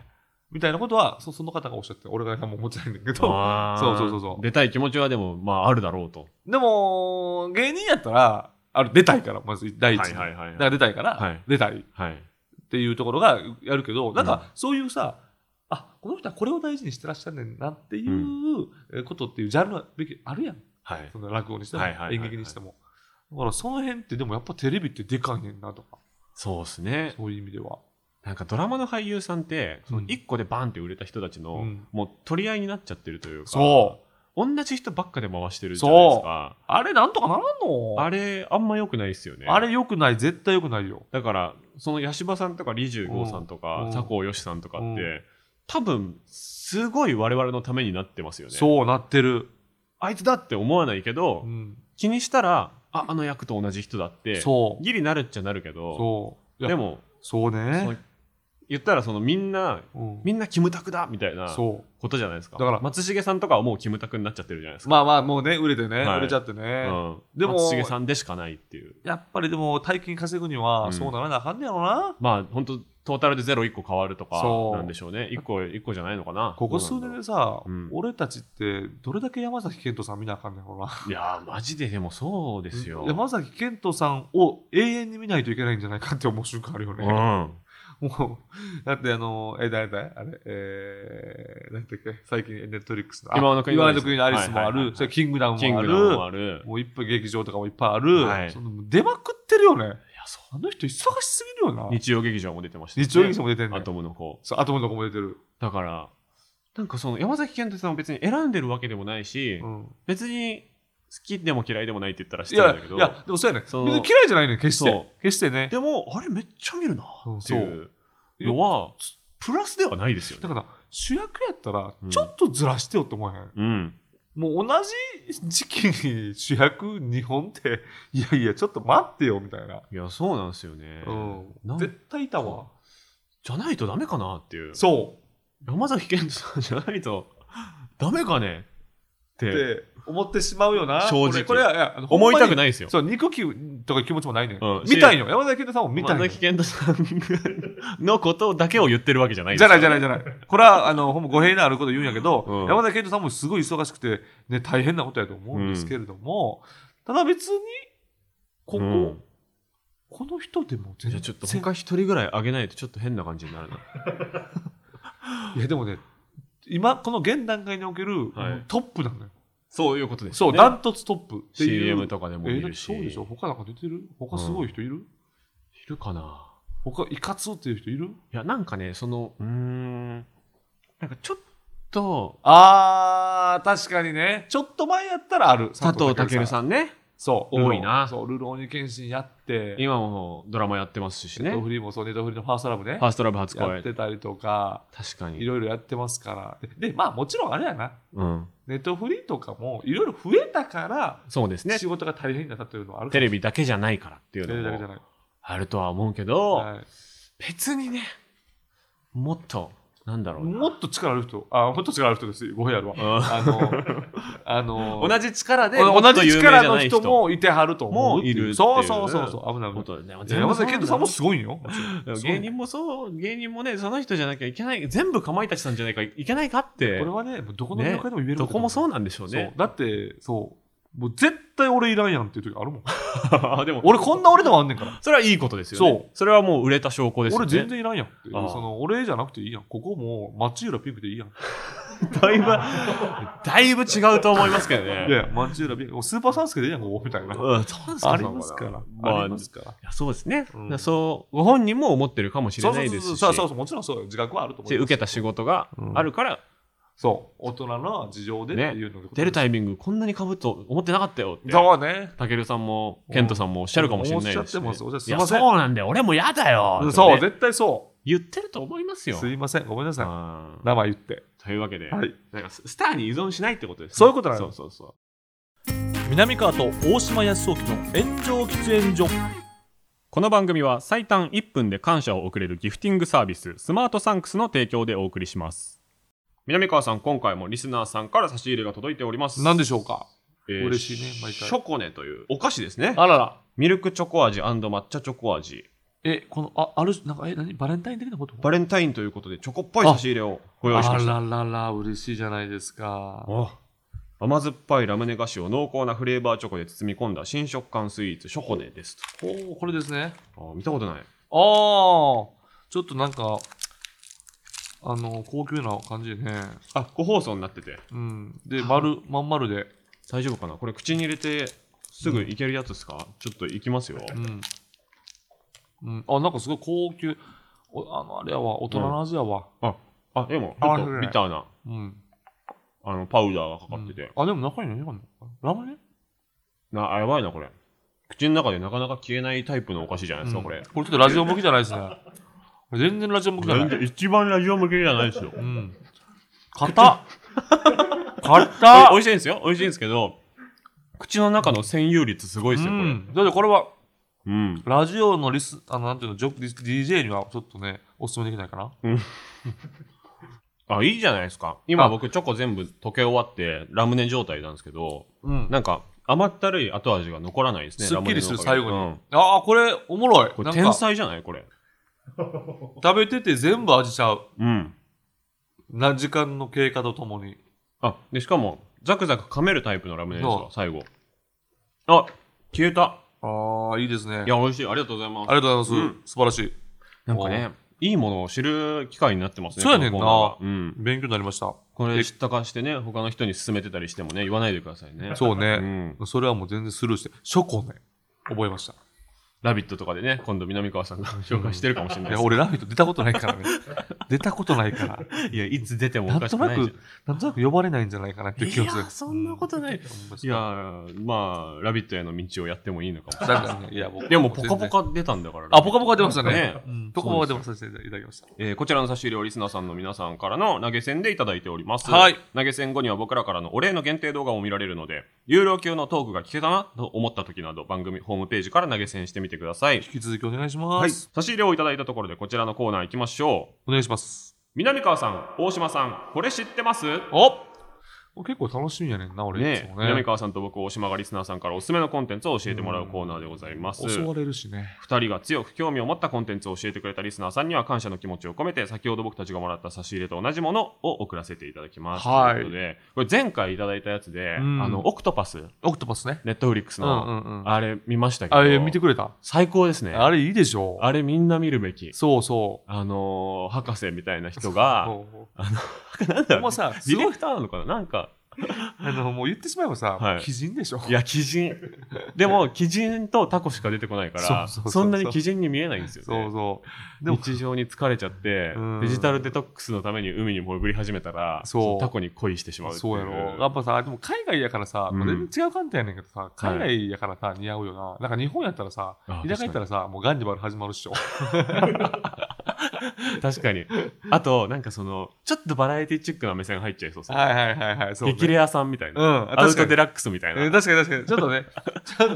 Speaker 3: みたいなことはそその方がおっしゃって俺が何も思ってないんだけど
Speaker 2: あー
Speaker 3: そうそうそうそう
Speaker 2: 出たい気持ちはでも、まあ、あるだろうと。
Speaker 3: でも芸人やったらあれ出たいからまず第一に、
Speaker 2: はいはいはいはい
Speaker 3: だから出たいから、
Speaker 2: はい
Speaker 3: 出たい
Speaker 2: はい。
Speaker 3: っていうところがやるけど、なんかそういうさ、あこの人はこれを大事にしてらっしゃるねんなっていうえーことっていうジャンルはべきあるやん、
Speaker 2: はい
Speaker 3: そ。の落語にしても、
Speaker 2: はいはいはいはい
Speaker 3: 演劇にしても。だからその辺って、でもやっぱテレビってでかいねんなとか、
Speaker 2: そうですね。
Speaker 3: そういう意味では。
Speaker 2: なんかドラマの俳優さんって、その
Speaker 3: うん
Speaker 2: 1個でバンって売れた人たちの、
Speaker 3: うん
Speaker 2: もう取り合いになっちゃってるというか、
Speaker 3: そう
Speaker 2: 同じ人ばっかで回してるじゃないですか。
Speaker 3: あれなんとかならんのあ
Speaker 2: あれ、あんま良くないですよね。
Speaker 3: れ良くない、絶対良くないよ。
Speaker 2: だから、その八柴さんとか李十剛さんと
Speaker 3: うん
Speaker 2: か
Speaker 3: う、ん
Speaker 2: 佐藤よしさんとかっ
Speaker 3: う
Speaker 2: て、多分、すごい我々のためになってますよね。
Speaker 3: そうなってる。
Speaker 2: あいつだって思わないけど、
Speaker 3: うん、
Speaker 2: 気にしたら、あ、あの役と同じ人だって、
Speaker 3: そう。
Speaker 2: ギリなるっちゃなるけど、
Speaker 3: そう。いや
Speaker 2: で、も、
Speaker 3: そう
Speaker 2: その
Speaker 3: ね。
Speaker 2: 言ったらそのみんな
Speaker 3: うん
Speaker 2: みんなキムタクだみたいなこ
Speaker 3: そう。
Speaker 2: とじゃないですか
Speaker 3: だから
Speaker 2: 松重さんとかはもうキムタクになっちゃってるじゃないですか、
Speaker 3: まあまあ、もうね、売れてね、
Speaker 2: はい
Speaker 3: 売れちゃってね。
Speaker 2: うん、
Speaker 3: でも
Speaker 2: 松重さんでしかないっていう
Speaker 3: やっぱりでも、大金稼ぐに
Speaker 2: うん
Speaker 3: は、そうならなあかんねやろな。
Speaker 2: まあ本当トータルでゼロ1個変わるとか
Speaker 3: そう
Speaker 2: なんでしょうね1個一個じゃないのかな
Speaker 3: ここ数年でさ、
Speaker 2: うん
Speaker 3: 俺たちってどれだけ山崎賢人さん見なあかんねんほら
Speaker 2: いやーマジででもそうですよ、
Speaker 3: 山崎賢人さんを永遠に見ないといけないんじゃないかって思う瞬間あるよ
Speaker 2: うん、
Speaker 3: ね、もう、だってあの、え、誰だいあれ、えー、なんだっけ、最近ネットリックスの。あ
Speaker 2: 今の国の
Speaker 3: 今
Speaker 2: ア
Speaker 3: の
Speaker 2: リス
Speaker 3: 国のアリスもあ
Speaker 2: はいはいはいは
Speaker 3: る
Speaker 2: い、
Speaker 3: それキングダムも
Speaker 2: キン
Speaker 3: あ
Speaker 2: グ
Speaker 3: る
Speaker 2: ダ、ムもある。
Speaker 3: もういっぱい劇場とかもいっぱいある、
Speaker 2: はい
Speaker 3: その出まくってるよね。いや、その人忙しすぎるよな。
Speaker 2: 日曜劇場も出てました、
Speaker 3: 日曜劇場
Speaker 2: も
Speaker 3: も出てんね
Speaker 2: ア
Speaker 3: ん。
Speaker 2: トムの方。
Speaker 3: そう、アトムの子も出てる。
Speaker 2: だから、なんかその山崎賢人さんは別に選んでるわけでもないし、
Speaker 3: うん。
Speaker 2: 別に好きでも嫌いでもないって言ったら
Speaker 3: い
Speaker 2: 失礼
Speaker 3: や、
Speaker 2: だけど、
Speaker 3: いや、でもそうやね。別
Speaker 2: その
Speaker 3: に嫌いじゃないねん、決し
Speaker 2: そう
Speaker 3: て。決してね。
Speaker 2: でも、あれめっちゃ見るなっていう
Speaker 3: そう
Speaker 2: のは、プラスではないですよ
Speaker 3: だ
Speaker 2: ね。
Speaker 3: から、主役やったら
Speaker 2: う、ん
Speaker 3: ちょっとずらしてよって思わへん。
Speaker 2: うん。
Speaker 3: もう同じ時期に主役2本って、いやいや、ちょっと待ってよ、みたいな。
Speaker 2: いや、そうなんですよね。
Speaker 3: う。
Speaker 2: なんん
Speaker 3: 絶対いたわ。
Speaker 2: じゃないとダメかなっていう。
Speaker 3: そ
Speaker 2: 山崎賢人さんじゃない とダメかねっ
Speaker 3: う。ってて思ってしまうよな。
Speaker 2: 正直
Speaker 3: これこれは、いやあの
Speaker 2: 思いたく
Speaker 3: い。
Speaker 2: ないですよ。
Speaker 3: そう、憎きとか気持ちもないね。
Speaker 2: うん
Speaker 3: 見たいよ。山崎健太さんも見たい
Speaker 2: 山
Speaker 3: よ。
Speaker 2: 崎賢人さんのことだけを言ってるわけじゃない
Speaker 3: じゃないじゃ
Speaker 2: ない。
Speaker 3: ないじゃない。これは、あの、ほんま語弊のあること言うんやけど、
Speaker 2: うん
Speaker 3: 山崎健太さんもすごい忙しくて、ね、大変なことやと思うんですけれども、ただ別に、ここ、
Speaker 2: うん
Speaker 3: この人でも全
Speaker 2: じゃ
Speaker 3: 然
Speaker 2: あちょっと他一人ぐらいあげないとちょっと変な感じになるな。
Speaker 3: いやでもね今この現段階における、
Speaker 2: はい
Speaker 3: トップなのよ
Speaker 2: そういうことで
Speaker 3: そうダントツトップっていう
Speaker 2: CM とかでも
Speaker 3: え
Speaker 2: 見
Speaker 3: だって
Speaker 2: るし。
Speaker 3: そうでしょ他なんか出てる他すごい人いる、
Speaker 2: いるかな
Speaker 3: 他いかつっていう人いる
Speaker 2: いや、なんかね、その、うーん、なんかちょっと、
Speaker 3: あー確かにねちょっと前やったらある
Speaker 2: 佐藤健さんね、
Speaker 3: そう
Speaker 2: 多いな
Speaker 3: そうルルオニケンシンやって
Speaker 2: 今もドラマやってますし
Speaker 3: ネ
Speaker 2: ね、
Speaker 3: ット
Speaker 2: フ
Speaker 3: フリーもそうネットフリーのファーストラブね
Speaker 2: ァーストラブ初
Speaker 3: やっ
Speaker 2: 恋。
Speaker 3: てたりとか
Speaker 2: 確か
Speaker 3: い
Speaker 2: に。
Speaker 3: ろいろやってますからででまあもちろんあれやな
Speaker 2: うん。
Speaker 3: ネットフリーとかもいろいろ増えたから
Speaker 2: そうですね
Speaker 3: 仕。事が大変になったというのはあるか
Speaker 2: テ
Speaker 3: もしれ
Speaker 2: レビだけじゃないからっていう
Speaker 3: ないテレビだけじ
Speaker 2: の
Speaker 3: ゃ
Speaker 2: も
Speaker 3: ない
Speaker 2: あるとは思うけど、
Speaker 3: はい
Speaker 2: 別にね、もっと、なんだろうな。
Speaker 3: もっと力ある人、あ、もっと力ある人です。語弊あるわ。あの、 あの、
Speaker 2: 同じ力で、
Speaker 3: 同
Speaker 2: もっと
Speaker 3: じ
Speaker 2: 有名じゃ
Speaker 3: 力の
Speaker 2: ない
Speaker 3: 人もいてはると思う。
Speaker 2: もいるっていう
Speaker 3: そうそうそうそう、危ない危
Speaker 2: こと
Speaker 3: ない。
Speaker 2: でね
Speaker 3: いや山崎健人さんもすごいんよ。
Speaker 2: でも
Speaker 3: そう
Speaker 2: 芸人もそう、芸人もね、その人じゃなきゃいけない、全部かまいたちさんじゃないかいけないかっ
Speaker 3: こ
Speaker 2: て
Speaker 3: れ、はね、もうどこの
Speaker 2: ね
Speaker 3: 業界でも言える
Speaker 2: どこもそううなんでしょうね。
Speaker 3: だって、そう。もう絶対俺いらんやんっていう時あるもん。
Speaker 2: でも、
Speaker 3: 俺こんな俺でもあんねんから。
Speaker 2: それはいいことですよね。
Speaker 3: そう
Speaker 2: それはもう売れた証拠ですよね。
Speaker 3: 俺全然いらんやんっていう。
Speaker 2: ああ
Speaker 3: その、俺じゃなくていいやん。ここもう、町浦ピンクでいいやん。 い
Speaker 2: だいぶ、だいぶ違うと思いますけどね。
Speaker 3: やいや、町浦ピンク、もうスーパーサンスケでいいやん、ここみたい
Speaker 2: うん、
Speaker 3: な。
Speaker 2: そうなんですか
Speaker 3: ありますから。
Speaker 2: まあ、
Speaker 3: あ
Speaker 2: い
Speaker 3: りますから。
Speaker 2: やそうですね、
Speaker 3: うん
Speaker 2: だからそう。ご本人も思ってるかもしれないですし、
Speaker 3: そうそうそうそうそうそうもちろんそうよ自覚はあると思
Speaker 2: で
Speaker 3: います
Speaker 2: 受けた仕事があるから、
Speaker 3: そう大人の事情でって
Speaker 2: ね
Speaker 3: いうのが
Speaker 2: 出るタ
Speaker 3: イ
Speaker 2: イミングこんなにかぶと思ってなかったよって。
Speaker 3: そうね
Speaker 2: たけるさんも、ケントさんもおっしゃるかもしれない
Speaker 3: おっ
Speaker 2: で
Speaker 3: し
Speaker 2: す、
Speaker 3: ゃって
Speaker 2: ね。
Speaker 3: ますおっしゃって
Speaker 2: いや
Speaker 3: すいません
Speaker 2: そうなんだよ。俺も嫌だよ、
Speaker 3: うん
Speaker 2: と
Speaker 3: そう
Speaker 2: ね
Speaker 3: 絶対そ
Speaker 2: 言ってると思います
Speaker 3: う
Speaker 2: よ。
Speaker 3: すいませんごめんなさい
Speaker 2: うん
Speaker 3: 名前言って
Speaker 2: というわけで、
Speaker 3: はい
Speaker 2: なんかススターに依存しないってことですね、
Speaker 3: そういうことなの
Speaker 2: そうそうそう。
Speaker 3: 南川と大島康沖の炎上喫煙所
Speaker 2: この番組は最短1分で感謝を送れるギフティングサービススマートサンクスの提供でお送りします南川さん今回もリスナーさんから差し入れが届いております
Speaker 3: 何で
Speaker 2: し
Speaker 3: しょうか
Speaker 2: ょう、
Speaker 3: 嬉しいね毎回
Speaker 2: ショコネというお菓子ですね
Speaker 3: あらら
Speaker 2: ミルクチョコ味抹茶チョコ味
Speaker 3: えこのああるなんかえ何バレンタイン的なこと
Speaker 2: バレンタインということでチョコっぽい差し入れをご用意し
Speaker 3: あ
Speaker 2: ました
Speaker 3: ららら嬉しいじゃないですか
Speaker 2: あ甘酸っぱいラムネ菓子を濃厚なフレーバーチョコで包み込んだ新食感スイーツショコネですと
Speaker 3: おーこれですね
Speaker 2: あ見たことない
Speaker 3: ああちょっとなんかあの高級な感じでね
Speaker 2: あ個包装になってて
Speaker 3: うんで丸まん丸で
Speaker 2: 大丈夫かなこれ口に入れてすぐいけるやつですか、ちょっといきますよ
Speaker 3: うん。うん、あ、なんかすごい高級。おあの、あれやわ、大人の味やわ。
Speaker 2: あ、でも、ち
Speaker 3: 合
Speaker 2: ょ
Speaker 3: わ
Speaker 2: っ
Speaker 3: せ
Speaker 2: と
Speaker 3: てない
Speaker 2: ビターな、
Speaker 3: うん。
Speaker 2: あの、パウダーがかか
Speaker 3: うん
Speaker 2: ってて。
Speaker 3: あ、でも中に何があるのラムネ
Speaker 2: な、あやばいな、これ。口の中でなかなか消えないタイプのお菓子じゃないですか、
Speaker 3: うん
Speaker 2: これ。
Speaker 3: これちょっとラジオ向きじゃないですね。これ全然ラジオ向きじゃない。
Speaker 2: 一番ラジオ向けじゃないですよ。
Speaker 3: うん。硬 っ硬っ
Speaker 2: 美味しいんですよ。美味しいんですけど、口の中の占有率すごいですよ、
Speaker 3: う
Speaker 2: これ。
Speaker 3: ん、だってこれは
Speaker 2: うん。
Speaker 3: ラジオのリス、あの、なんていうの、ジョ DJ にはちょっとね、おすすめできないかな。
Speaker 2: あ、いいじゃないですか。今
Speaker 3: あ
Speaker 2: 僕、チョコ全部溶け終わって、ラムネ状態なんですけど、
Speaker 3: うん。
Speaker 2: なんか、甘ったるい後味が残らないですね。
Speaker 3: すっきりする
Speaker 2: ラ
Speaker 3: 最
Speaker 2: ムネ
Speaker 3: 後
Speaker 2: のおか
Speaker 3: に。
Speaker 2: げでうん
Speaker 3: ああ、これおもろい。
Speaker 2: こ
Speaker 3: な
Speaker 2: れ
Speaker 3: ん
Speaker 2: 天
Speaker 3: か
Speaker 2: 才じゃないこれ。
Speaker 3: 食べてて全部味ちゃう。
Speaker 2: うん。
Speaker 3: な時間の経過とともに。
Speaker 2: あ、で、しかも、ザクザク噛めるタイプのラムネです
Speaker 3: そ
Speaker 2: よ
Speaker 3: う、
Speaker 2: 最後。あ、消えた。
Speaker 3: ああ、いいですね。
Speaker 2: いや、美味しい。ありがとうございます。
Speaker 3: ありがとうございます。
Speaker 2: うん
Speaker 3: 素晴らしい。
Speaker 2: なんかね、いいものを知る機会になってますね。
Speaker 3: そうやねんな
Speaker 2: このコーナーがうん。
Speaker 3: 勉強になりました。
Speaker 2: こ
Speaker 3: え
Speaker 2: れ知ったかしてね、他の人に勧めてたりしてもね、言わないでくださいね。
Speaker 3: そう
Speaker 2: う
Speaker 3: ね。
Speaker 2: ん。
Speaker 3: それはもう全然スルーして、書庫ね、覚えました。
Speaker 2: ラビットとかでね、今度南川さんが紹介してるかもしれないで
Speaker 3: いや、
Speaker 2: す。
Speaker 3: 俺、ラビット出たことないからね。 出たことないから。
Speaker 2: いや、いつ出ても
Speaker 3: なんとな
Speaker 2: じゃん
Speaker 3: く、なんとなく呼ばれないんじゃないかなっていう気がする。
Speaker 2: いやそんなことない
Speaker 3: うん。
Speaker 2: いやー、まあ、ラビットへの道をやってもいいのかもしれ
Speaker 3: だ
Speaker 2: ない。
Speaker 3: からね、いや、僕
Speaker 2: でも、ポカポ。カ出たんだから。
Speaker 3: あ、ポカポカ出ましたね
Speaker 2: ね。
Speaker 3: うんポカポカ出ました。いただきました。
Speaker 2: えーこちらの差し入れをリスナーさんの皆さんからの投げ銭でいただいております。
Speaker 3: はい
Speaker 2: 投げ銭後には僕らからのお礼の限定動画も見られるので、有料級のトークが聞けたなと思った時など、番組ホームページから投げ銭してみてください。
Speaker 3: 引き続きお願いします。
Speaker 2: 差し入れをいただいたところで、こちらのコーナー行きましょう。
Speaker 3: お願いします。
Speaker 2: 南川さん、大島さん、これ知ってます
Speaker 3: お結構楽しみやねんな、俺。いつ
Speaker 2: ね
Speaker 3: も
Speaker 2: 南川さんと僕、大島がリスナーさんからおすすめのコンテンツを教えてもらうコーナーでございます。
Speaker 3: 襲われるしね。
Speaker 2: 2人が強く興味を持ったコンテンツを教えてくれたリスナーさんには感謝の気持ちを込めて先ほど僕たちがもらった差し入れと同じものを送らせていただきます。
Speaker 3: はい
Speaker 2: ということでこれ前回いただいたやつで、
Speaker 3: うん
Speaker 2: あのオクトパス
Speaker 3: オクトパスね。
Speaker 2: ネットフリックス
Speaker 3: うん
Speaker 2: の、
Speaker 3: うんうん。
Speaker 2: あれ見ましたけど
Speaker 3: あれ、見てくれた
Speaker 2: 最高ですね
Speaker 3: あ
Speaker 2: あれ
Speaker 3: れいいでしょ。
Speaker 2: みんな見るべき
Speaker 3: そうそ
Speaker 2: あのー博士みたいな人
Speaker 3: う。
Speaker 2: が
Speaker 3: も
Speaker 2: なんだろう
Speaker 3: う さ、す
Speaker 2: ディ
Speaker 3: ごい
Speaker 2: レクターなのかななんか
Speaker 3: あの、もう言ってしまえば
Speaker 2: は
Speaker 3: さ、
Speaker 2: い
Speaker 3: 鬼人でしょ。
Speaker 2: いや鬼人でも 鬼人とタコしか出てこないからそ
Speaker 3: そうそうそうそうん
Speaker 2: なに鬼人に見えないんですよね
Speaker 3: そうそう。でも、
Speaker 2: 日常に疲れちゃって
Speaker 3: うん
Speaker 2: デジタルデトックスのために海に潜り始めたら
Speaker 3: そう
Speaker 2: そのタコに恋してしまうってい
Speaker 3: そうやろ。やっぱさ、でも海外やからさ、まあ
Speaker 2: うん
Speaker 3: 全然違う観点やねんけどさ、海外やからさ、似合うよな。なんか日本やったらさ、
Speaker 2: あ
Speaker 3: 田舎やったらさ、もうガンニバル始まるっしょ。
Speaker 2: 確かにあとなんかそのちょっとバラエティチックな目線入っちゃいそうですね
Speaker 3: はいはいはいはい。そうね
Speaker 2: 激レアさんみたい
Speaker 3: うん
Speaker 2: な、アウ
Speaker 3: 確か
Speaker 2: ト
Speaker 3: に
Speaker 2: デ。ラックスみたい
Speaker 3: うん
Speaker 2: な
Speaker 3: 確かに確かに。ちょっとね、 ちょっと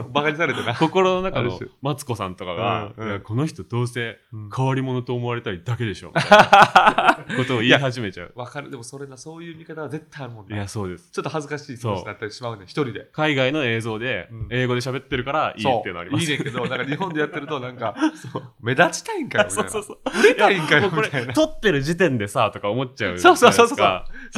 Speaker 3: ね、バカにされてな。
Speaker 2: 心の中
Speaker 3: ある
Speaker 2: の
Speaker 3: 種
Speaker 2: マツコさんとかが、
Speaker 3: うんうん
Speaker 2: いやこの人どうせ
Speaker 3: うん
Speaker 2: 変わり者と思われたいだけでしょ みたいなことを言い始めちゃう
Speaker 3: わかる。でもそれな、そういう見方は絶対あるもん
Speaker 2: いや
Speaker 3: ね。
Speaker 2: そうです
Speaker 3: ちょっと恥ずかしい気持ちになったりしまうね、一人で。
Speaker 2: 海外の映像で
Speaker 3: うん
Speaker 2: 英語で喋ってるからいいっていうのあります
Speaker 3: そういいねんけど、なんか日本でやってると、なんか、目立ちたいんかよ、みた
Speaker 2: そ
Speaker 3: い
Speaker 2: う
Speaker 3: な。
Speaker 2: そ
Speaker 3: そうう
Speaker 2: そう。
Speaker 3: れたいんかよ
Speaker 2: やもうこれ
Speaker 3: みたいな
Speaker 2: 撮ってる時点でさ、とか思っちゃう。
Speaker 3: そうそうそうそう
Speaker 2: じゃ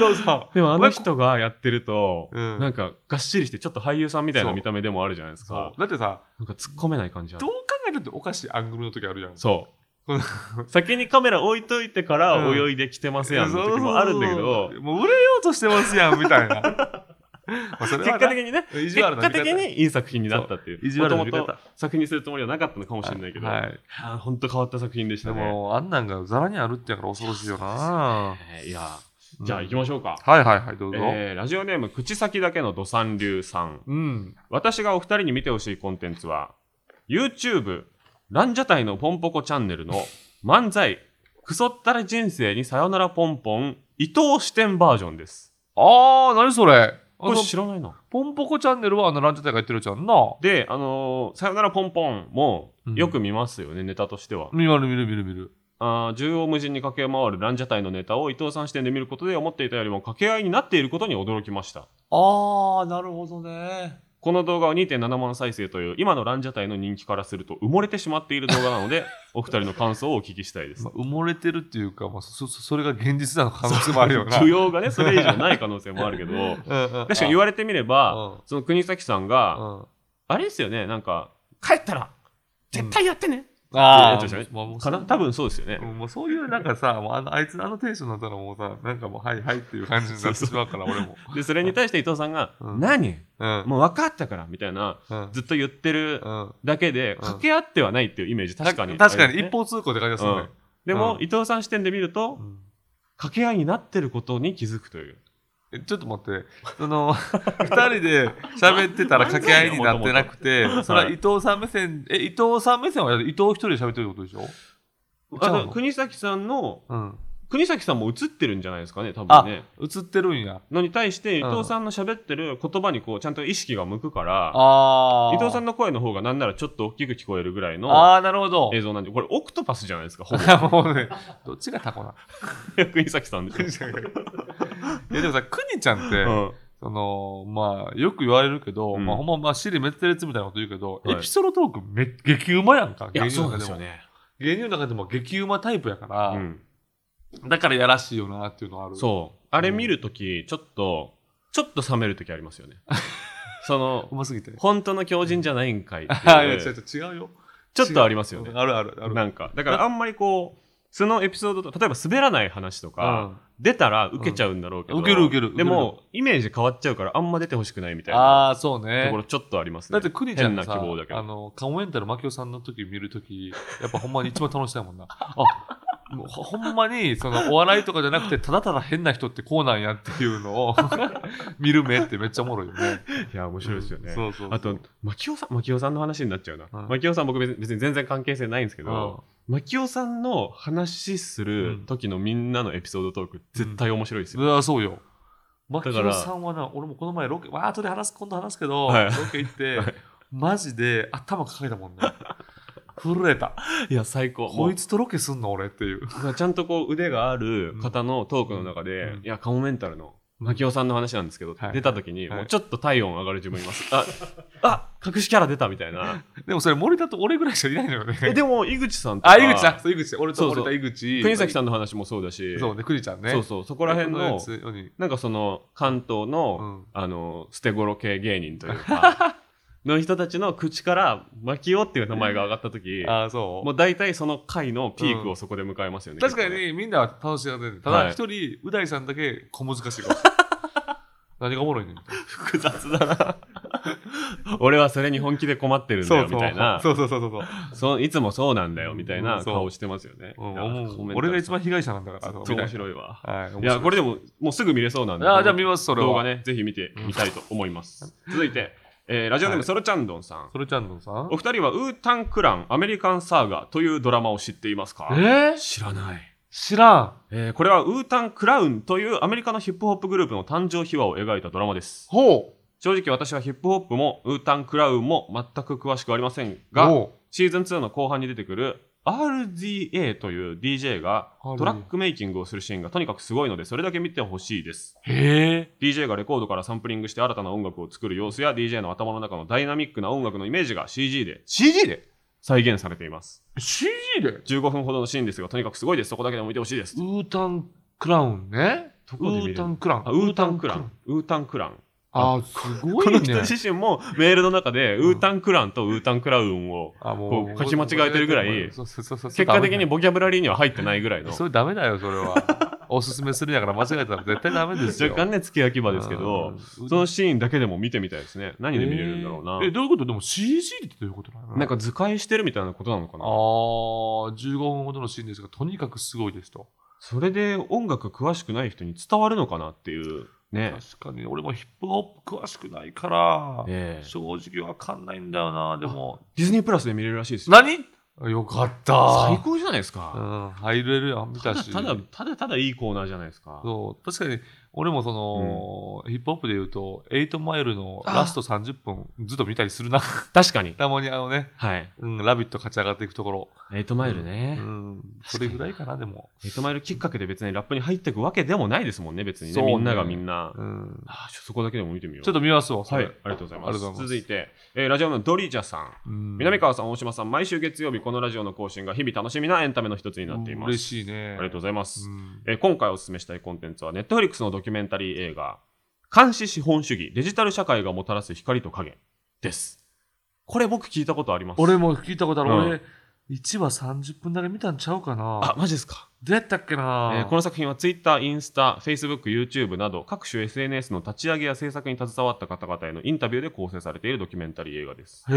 Speaker 2: ないですか
Speaker 3: そう
Speaker 2: でもあの人がやってると、
Speaker 3: うん
Speaker 2: なんかがっしりして、ちょっと俳優さんみたいな
Speaker 3: そう
Speaker 2: 見た目でもあるじゃないです
Speaker 3: そ
Speaker 2: か
Speaker 3: う。。だってさ、
Speaker 2: なんか突っ込めない感じある
Speaker 3: どう考えるっておかしいアングルの時あるやん。
Speaker 2: そう。先にカメラ置いといてから
Speaker 3: うん
Speaker 2: 泳いできてますやんの時もあるんだけど、
Speaker 3: もう売れようとしてますやんみたいなまあそれ
Speaker 2: 結
Speaker 3: はな
Speaker 2: 果的にね、
Speaker 3: 意
Speaker 2: 結
Speaker 3: 地悪な
Speaker 2: 果
Speaker 3: 見方
Speaker 2: 的にいい作品になったって
Speaker 3: そう意
Speaker 2: いう。
Speaker 3: 地
Speaker 2: も
Speaker 3: 悪
Speaker 2: とも
Speaker 3: な見方
Speaker 2: と作品にするつもりはなかったのかもしれないけど、
Speaker 3: はい
Speaker 2: 本当変わった作品でし
Speaker 3: で
Speaker 2: たね。
Speaker 3: もあんなんがざらにあるってやから恐ろしいよな
Speaker 2: えーいや、じゃあ行きましょうか。
Speaker 3: はいはいはいどうぞ、
Speaker 2: えーラジオネーム、口先だけの土産流さん。
Speaker 3: うん
Speaker 2: 私がお二人に見てほしいコンテンツは、YouTube、ランジャタイのポンポコチャンネルの漫才、クソったれ人生にさよならポンポン、伊藤視点バージョンです。
Speaker 3: ああ何それあ
Speaker 2: こ
Speaker 3: の
Speaker 2: れ知らないな。
Speaker 3: ポンポコチャンネルはあのランジャタイがやってるやつやんな
Speaker 2: で、あのーさよならポンポンも
Speaker 3: うん
Speaker 2: よく見ますよね、ネタとしては。
Speaker 3: 見る見る見る見る
Speaker 2: あー縦横無尽に駆け回るランジャタイのネタを伊藤さん視点で見ることで思っていたよりも掛け合いになっていることに驚きました。
Speaker 3: ああなるほどね
Speaker 2: この動画は2.7万再生という今のランジャタイの人気からすると埋もれてしまっている動画なの でお二人の感想をお聞きしたいです
Speaker 3: まあ、埋もれてるっていうか、まあ、そそそれが現実なの可能性もあるよな
Speaker 2: 需要がねそれ以上ない可能性もあるけど確かに言
Speaker 3: わ
Speaker 2: われてみれば
Speaker 3: うん
Speaker 2: その国崎さんが、
Speaker 3: うん
Speaker 2: あれですよねなんか帰ったら絶対やってね、
Speaker 3: あ
Speaker 2: って
Speaker 3: ー
Speaker 2: やつでしょ
Speaker 3: まあもう
Speaker 2: かな多分そうですよね、
Speaker 3: うんもうそういうなんかさ、もうあのあいつあのテンションだったらもうさ、なんかもうはいはいっていう感じになってしまうから、俺も。
Speaker 2: でそれに対して伊藤さんが「
Speaker 3: うん
Speaker 2: 何
Speaker 3: うん。
Speaker 2: もう分かったから」みたいな
Speaker 3: うん
Speaker 2: ずっと言ってる
Speaker 3: うん
Speaker 2: だけで、掛け合ってはないっていうイメージ確かに、
Speaker 3: 確かに
Speaker 2: あり
Speaker 3: 一
Speaker 2: ますね
Speaker 3: 方通行って感じがするね。
Speaker 2: でも、
Speaker 3: うん
Speaker 2: 伊藤さん視点で見ると、掛け合いになってることに気づくという。
Speaker 3: えちょっと待って、その、二人で喋ってたら掛け合いになってなくて、それは伊藤さん目線、え、伊藤さん目線は伊藤一人で喋ってるってことでしょ
Speaker 2: あ
Speaker 3: 違う
Speaker 2: の
Speaker 3: の
Speaker 2: 国崎さんの
Speaker 3: うん。
Speaker 2: 国崎さんも映ってるんじゃないですかね多
Speaker 3: あ
Speaker 2: 分ね、
Speaker 3: 映ってるんや。
Speaker 2: のに対して伊
Speaker 3: うん
Speaker 2: 藤さんの喋ってる言葉にこうちゃんと意識が向くから、
Speaker 3: あー。
Speaker 2: 伊藤さん
Speaker 3: の。
Speaker 2: の声の方がなんならちょっと大きく聞こえるぐらいの
Speaker 3: あー、なるほど。
Speaker 2: 映像なんでこれオクトパスじゃないですかほぼ
Speaker 3: もうね、どっちが タコな。
Speaker 2: 国崎さんでしょ、
Speaker 3: いやでもさ、くにちゃんって、
Speaker 2: うん
Speaker 3: そのまあよく言われるけど、
Speaker 2: うん
Speaker 3: まあほんままあ尻滅裂みたいなこと言うけど、
Speaker 2: はい
Speaker 3: エピソードトークめ激うまやんか
Speaker 2: いやそう
Speaker 3: の
Speaker 2: なんです
Speaker 3: も
Speaker 2: よね、
Speaker 3: 芸人の中でも激うまタイプやか
Speaker 2: う
Speaker 3: ら、
Speaker 2: ん、
Speaker 3: だからやらしいよなっていうのはある
Speaker 2: そうあれ見るときちょっとちょっと冷めるときあります よねその
Speaker 3: うますぎて
Speaker 2: 本当の狂人じゃないんかいっていう
Speaker 3: あいや違う違う違うよ
Speaker 2: ちょっとありますよね。
Speaker 3: あるあるある。
Speaker 2: なんか、だからあんまりこう、そのエピソードと、例えば滑らない話とか、
Speaker 3: うん
Speaker 2: 出たら受けちゃうんだろうけど、
Speaker 3: うん受ける受ける
Speaker 2: でも、イメージ変わっちゃうから、あんま出てほしくないみたいな
Speaker 3: ああ、そう
Speaker 2: と
Speaker 3: ね
Speaker 2: こ。ろちょっとあります
Speaker 3: だ
Speaker 2: ね。
Speaker 3: ってクニちゃんが
Speaker 2: 変な
Speaker 3: さ、
Speaker 2: 希望だけ
Speaker 3: あ
Speaker 2: ど。
Speaker 3: の、カモメンタルマキオさんの時見る時、やっぱほんまに一番楽しそうや もんな。あ、もうほほんまに、その、お笑いとかじゃなくて、ただただ変な人ってこうなんやっていうのを 見る目ってめっちゃおもろいよね。
Speaker 2: いや、面白いですよね。
Speaker 3: そうそうそう
Speaker 2: あと、牧尾さん、牧尾さんの話になっちゃうな。
Speaker 3: うん
Speaker 2: 牧尾さん、僕別に別に全然関係性ないんですけど、牧尾さんの話する時のみんなのエピソードトーク、絶対面白いです
Speaker 3: う
Speaker 2: よ。
Speaker 3: ん。うわ、そうよ。マキ
Speaker 2: から
Speaker 3: オさんはな、俺もこの前ロケ、まあ後で話す、今度話すけ ど、
Speaker 2: はい
Speaker 3: ロケ行って、マジで頭抱えたもんね。震えた。
Speaker 2: いや、最高。も
Speaker 3: こ
Speaker 2: う
Speaker 3: いつとロケすんの俺っていう。
Speaker 2: まあちゃんとこう腕がある方のトークの中で、
Speaker 3: うん
Speaker 2: いや、カモメンタルの、牧尾さんの話なんですけど、
Speaker 3: はい
Speaker 2: 出た時に、
Speaker 3: はい
Speaker 2: もうちょっと体温上がる自分います。あ、あ、隠しキャラ出たみたいな。
Speaker 3: でもそれ森田と俺ぐらいしかいないのよね。
Speaker 2: え、でも、井口さんとか、
Speaker 3: あ、井口さん、そう、井口。俺と森
Speaker 2: そ
Speaker 3: 田
Speaker 2: う
Speaker 3: 井口。
Speaker 2: 国崎さんの話もそうだし、
Speaker 3: そうね、クリちゃんね。
Speaker 2: そうそう、そこら辺
Speaker 3: このや
Speaker 2: の、
Speaker 3: つより
Speaker 2: なんかその、関東の、
Speaker 3: うん
Speaker 2: あの、捨て頃系芸人という か、の人たちの口から、牧尾っていう名前が上がった時、
Speaker 3: ああ、そう。
Speaker 2: もう大体その回のピークをそこで迎えますよね。
Speaker 3: 確か
Speaker 2: きっとね。
Speaker 3: にみんなは楽しんでる。た
Speaker 2: は
Speaker 3: だ
Speaker 2: い
Speaker 3: 一人、う大さんだけ小難しいか もしれない。何がおもろいねん。
Speaker 2: 複雑だな。 俺はそれに本気で困ってるんだよ、みたいな。
Speaker 3: そうそうそうそうそう。
Speaker 2: そういつもそうなんだよみたいな
Speaker 3: うんそう
Speaker 2: 顔してますよね。
Speaker 3: うん
Speaker 2: いや
Speaker 3: 思う
Speaker 2: コメント
Speaker 3: 俺が一番被害者なんだから。
Speaker 2: そう面白いわ。
Speaker 3: はい。
Speaker 2: いや、こ
Speaker 3: れ。
Speaker 2: れでも、もうすぐ見れそうなんで、
Speaker 3: ああ、じゃあ見ます、それは。
Speaker 2: 動画。ね、ぜひ見てみたいと思います。続いて、えーラジオネー
Speaker 3: は
Speaker 2: ム、
Speaker 3: い
Speaker 2: ソロちゃんどんさん。
Speaker 3: それちゃんのさ
Speaker 2: お。二人は、ウータンクラン、アメリカンサーガというドラマを知っていますか
Speaker 3: えー
Speaker 2: 知らない。
Speaker 3: 知らん。
Speaker 2: えーこれは、ウータンクラウンというアメリカのヒップホップグループの誕生秘話を描いたドラマです。
Speaker 3: ほう。
Speaker 2: 正直私はヒップホップもウータンクラウンも全く詳しくありませんが、
Speaker 3: が、
Speaker 2: シーズン2の後半に出てくる RZA という DJ が
Speaker 3: RZA
Speaker 2: トラックメイキングをするシーンがとにかくすごいのでそれだけ見てほしいです。
Speaker 3: へえ。
Speaker 2: DJ がレコードからサンプリングして新たな音楽を作る様子や DJ の頭の中のダイナミックな音楽のイメージが CG で CG で再現されています。
Speaker 3: CG で
Speaker 2: 15分ほどのシーンですがとにかくすごいです。そこだけでも見てほしいです。
Speaker 3: ウータンクラウンね。
Speaker 2: ど
Speaker 3: ウ
Speaker 2: こで見れる
Speaker 3: ータンクラウン
Speaker 2: あ。ウータンクラン。。ウータンクラン。
Speaker 3: ああ、すご
Speaker 2: こ
Speaker 3: い
Speaker 2: の
Speaker 3: ね。
Speaker 2: 人自身もメールの中でウータンクランとウータンクラウンを
Speaker 3: あ
Speaker 2: こう書き間違えてるぐらい
Speaker 3: そうそうそうそう
Speaker 2: 結果的にボキャブラリーには入ってないぐらいの
Speaker 3: それダメだよそれ はおすすめするんやから間違えたら絶対ダメですよ
Speaker 2: 若干ね付け焼き場ですけど
Speaker 3: うん
Speaker 2: そのシーンだけでも見てみたいですね何で見れるんだろうな
Speaker 3: えーえどういうことでも CG ってどういうことなの
Speaker 2: なんか図解してるみたいなことなのか
Speaker 3: あ
Speaker 2: な
Speaker 3: ー15分ほどのシーンですがとにかくすごいですと
Speaker 2: それで音楽詳しくない人に伝わるのかなっていうね
Speaker 3: 確かに俺もヒップホップ詳しくないから、
Speaker 2: ええ
Speaker 3: 正直わかんないんだよなでも
Speaker 2: ディズニープラスで見れるらしいですよ
Speaker 3: 何よかった
Speaker 2: 最高じゃないです
Speaker 3: う
Speaker 2: か
Speaker 3: ん入れるやん見
Speaker 2: た
Speaker 3: た
Speaker 2: だ
Speaker 3: した
Speaker 2: だただただいいコーナーじゃないですか
Speaker 3: そう確かに俺もその、ヒップホップで言うと8マイルのラスト30分ずっと見たりするな
Speaker 2: 確かに
Speaker 3: たまにあのね
Speaker 2: はい
Speaker 3: うん、ラビット勝ち上がっていくところ。
Speaker 2: 8マイル
Speaker 3: う
Speaker 2: ね
Speaker 3: ん、それぐらいかな、でも。
Speaker 2: 8マイルきっかけで別にラップに入っていくわけでもないですもんね別にね
Speaker 3: そうね
Speaker 2: みんながみんな
Speaker 3: うん。
Speaker 2: あーちょそこだけでも見てみよう
Speaker 3: ちょっと見ますわ、そ
Speaker 2: はい、あ
Speaker 3: れ
Speaker 2: りがとうございます。
Speaker 3: ありがとうございます
Speaker 2: 続いて、えーラジオのドリジャさん。
Speaker 3: うん
Speaker 2: 南川さん、大島さん、毎週月曜日、このラジオの更新が日々楽しみなエンタメの一つになっています。
Speaker 3: 嬉しいね。
Speaker 2: ありがとうございます、
Speaker 3: うん
Speaker 2: えー今回お勧めしたいコンテンツは、Netflix のドキュメンタリー映画、監視資本主義、デジタル社会がもたらす光と影です。これ僕聞いたことあります。
Speaker 3: 俺も聞いたことある。
Speaker 2: うん
Speaker 3: 俺、1話30分だけ見たんちゃうか
Speaker 2: あ
Speaker 3: な。、
Speaker 2: マジですか。
Speaker 3: どうやったっけな、
Speaker 2: えーこの作品は Twitter、インスタ、Facebook、YouTube など各種 SNS の立ち上げや制作に携わった方々へのインタビューで構成されているドキュメンタリー映画です。
Speaker 3: へ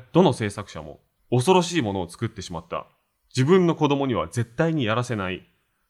Speaker 3: え。
Speaker 2: どの制作者も恐ろしいものを作ってしまった。自分の子供には絶対にやらせない。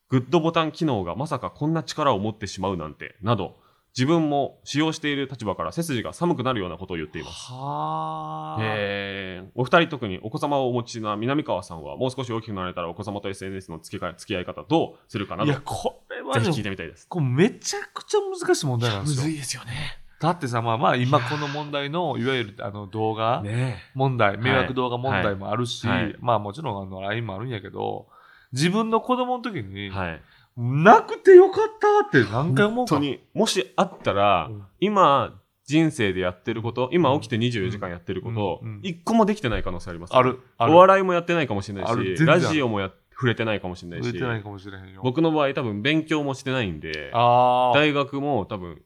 Speaker 2: グッドボタン機能がまさかこんな力を持ってしまうなんて、など、自分も使用している立場から背筋が寒くなるようなことを言っています。
Speaker 3: はあ。
Speaker 2: えーお二人特にお子様をお持ちな南川さんは、もう少し大きくなれたらお子様と SNS の付き合い付き合い方どうするかないど、
Speaker 3: や
Speaker 2: ぜ、
Speaker 3: これは
Speaker 2: ひ
Speaker 3: ね
Speaker 2: 聞いてみたいです。
Speaker 3: これめちゃくちゃ難しい問題なんですよ。
Speaker 2: ですよね。
Speaker 3: だってさ、まあまあ、今この問題の、いわゆるあの動画、
Speaker 2: ね
Speaker 3: 問題、迷惑動画問題もあるし、
Speaker 2: はいはい
Speaker 3: まあもちろんあの LINE もあるんやけど、自分の子供の時に、
Speaker 2: はい。
Speaker 3: なくてよかったって何回思
Speaker 2: 本
Speaker 3: うか
Speaker 2: 当に、もしあったら、
Speaker 3: うん
Speaker 2: 今人生でやってること今起きて24時間やってること、
Speaker 3: うんうん
Speaker 2: 一個もできてない可能性あります
Speaker 3: ある、ある。
Speaker 2: お笑いもやってないかもしれない
Speaker 3: ある全
Speaker 2: し
Speaker 3: 然あ
Speaker 2: ラ
Speaker 3: る
Speaker 2: ジオもや触れてないかもしれない
Speaker 3: 売れ
Speaker 2: して
Speaker 3: ないかもしれへんよ。
Speaker 2: 僕の場合多分勉強もしてないんで
Speaker 3: ああ、
Speaker 2: 大学も多分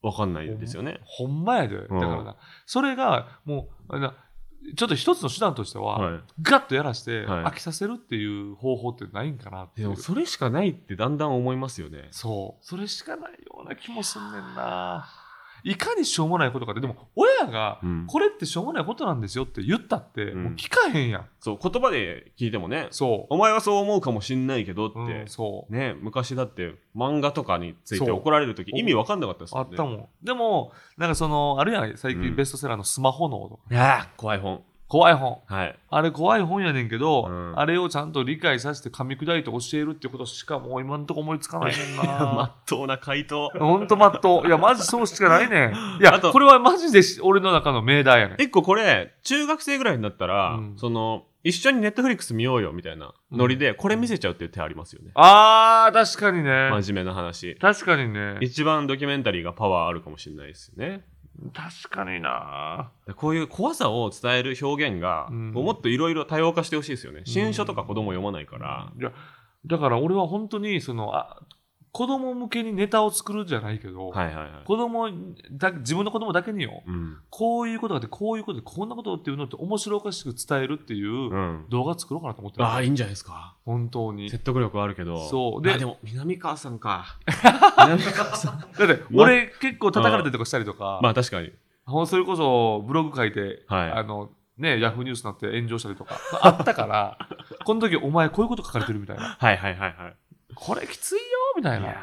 Speaker 2: 分かんないですよね
Speaker 3: ほんまやで。だからな、それが、もう、あのちょっと一つの手段としては、
Speaker 2: は
Speaker 3: ガッとやらして、
Speaker 2: はい
Speaker 3: 飽きさせるっていう方法ってないんかなって
Speaker 2: い、
Speaker 3: い
Speaker 2: でも
Speaker 3: う
Speaker 2: それしかないってだんだん思いますよね
Speaker 3: そうそれしかないような気もすんねんないかにしょうもないことかってでも親が、
Speaker 2: うん
Speaker 3: これってしょうもないことなんですよって言ったって、
Speaker 2: うん
Speaker 3: もう聞かへんやん
Speaker 2: そう言葉で聞いてもね
Speaker 3: そ
Speaker 2: お前はそう思うかもしんないけどって、
Speaker 3: う、うん、そう
Speaker 2: ね昔だって漫画とかについて
Speaker 3: そう
Speaker 2: 怒られる時意味わかんなかったですも
Speaker 3: あ
Speaker 2: ん
Speaker 3: っ
Speaker 2: ね
Speaker 3: たもんでもなんかそのあるやん最
Speaker 2: う
Speaker 3: 近
Speaker 2: ん
Speaker 3: ベストセラーの「スマホ脳」とか、
Speaker 2: ああ怖い本
Speaker 3: 怖い本
Speaker 2: はい
Speaker 3: あれ怖い本やねんけど、
Speaker 2: うん
Speaker 3: あれをちゃんと理解させて噛み砕いて教えるってことしかもう今んとこ思いつか ないねんな
Speaker 2: まっとうな回 答
Speaker 3: ほんとマットいやマジそうしかないねんいや
Speaker 2: あと
Speaker 3: これはマジでし俺の中の命題やねん
Speaker 2: 結構これ中学生ぐらいになったら、
Speaker 3: うん
Speaker 2: その一緒にネットフリックス見ようよみたいなノリで、これ見せちゃうっていう手ありますよね、
Speaker 3: あー確かにね
Speaker 2: 真面目な話
Speaker 3: 確かにね
Speaker 2: 一番ドキュメンタリーがパワーあるかもしれないですよね
Speaker 3: 確かにな
Speaker 2: でこういう怖さを伝える表現が、
Speaker 3: うん
Speaker 2: こうもっといろいろ多様化してほしいですよね新書とか子供読まないから、
Speaker 3: いやだから俺は本当にそのあ子供向けにネタを作るじゃないけど、
Speaker 2: はいはいはい、
Speaker 3: 子供だ自分の子供だけによ
Speaker 2: うん
Speaker 3: こういうことがあってこういうことでこんなことっていうのって面白おかしく伝えるっていう、
Speaker 2: うん、
Speaker 3: 動画作ろうかなと思ってる
Speaker 2: ああいいんじゃないですか
Speaker 3: 本当に。だ
Speaker 2: 説得力はあるけど
Speaker 3: そう
Speaker 2: で
Speaker 3: で
Speaker 2: でも南川さん か南川さん
Speaker 3: って俺結構叩かれたりとかしたりとか、
Speaker 2: まあ確かに
Speaker 3: ほんそれこそブログ書いて、
Speaker 2: はい
Speaker 3: あのね、ヤフーニュースになって炎上したりとかあったから、この時お前こういうこと書かれてるみたいな。
Speaker 2: はいはいはいはい
Speaker 3: これきついよみたい
Speaker 2: い
Speaker 3: な。
Speaker 2: や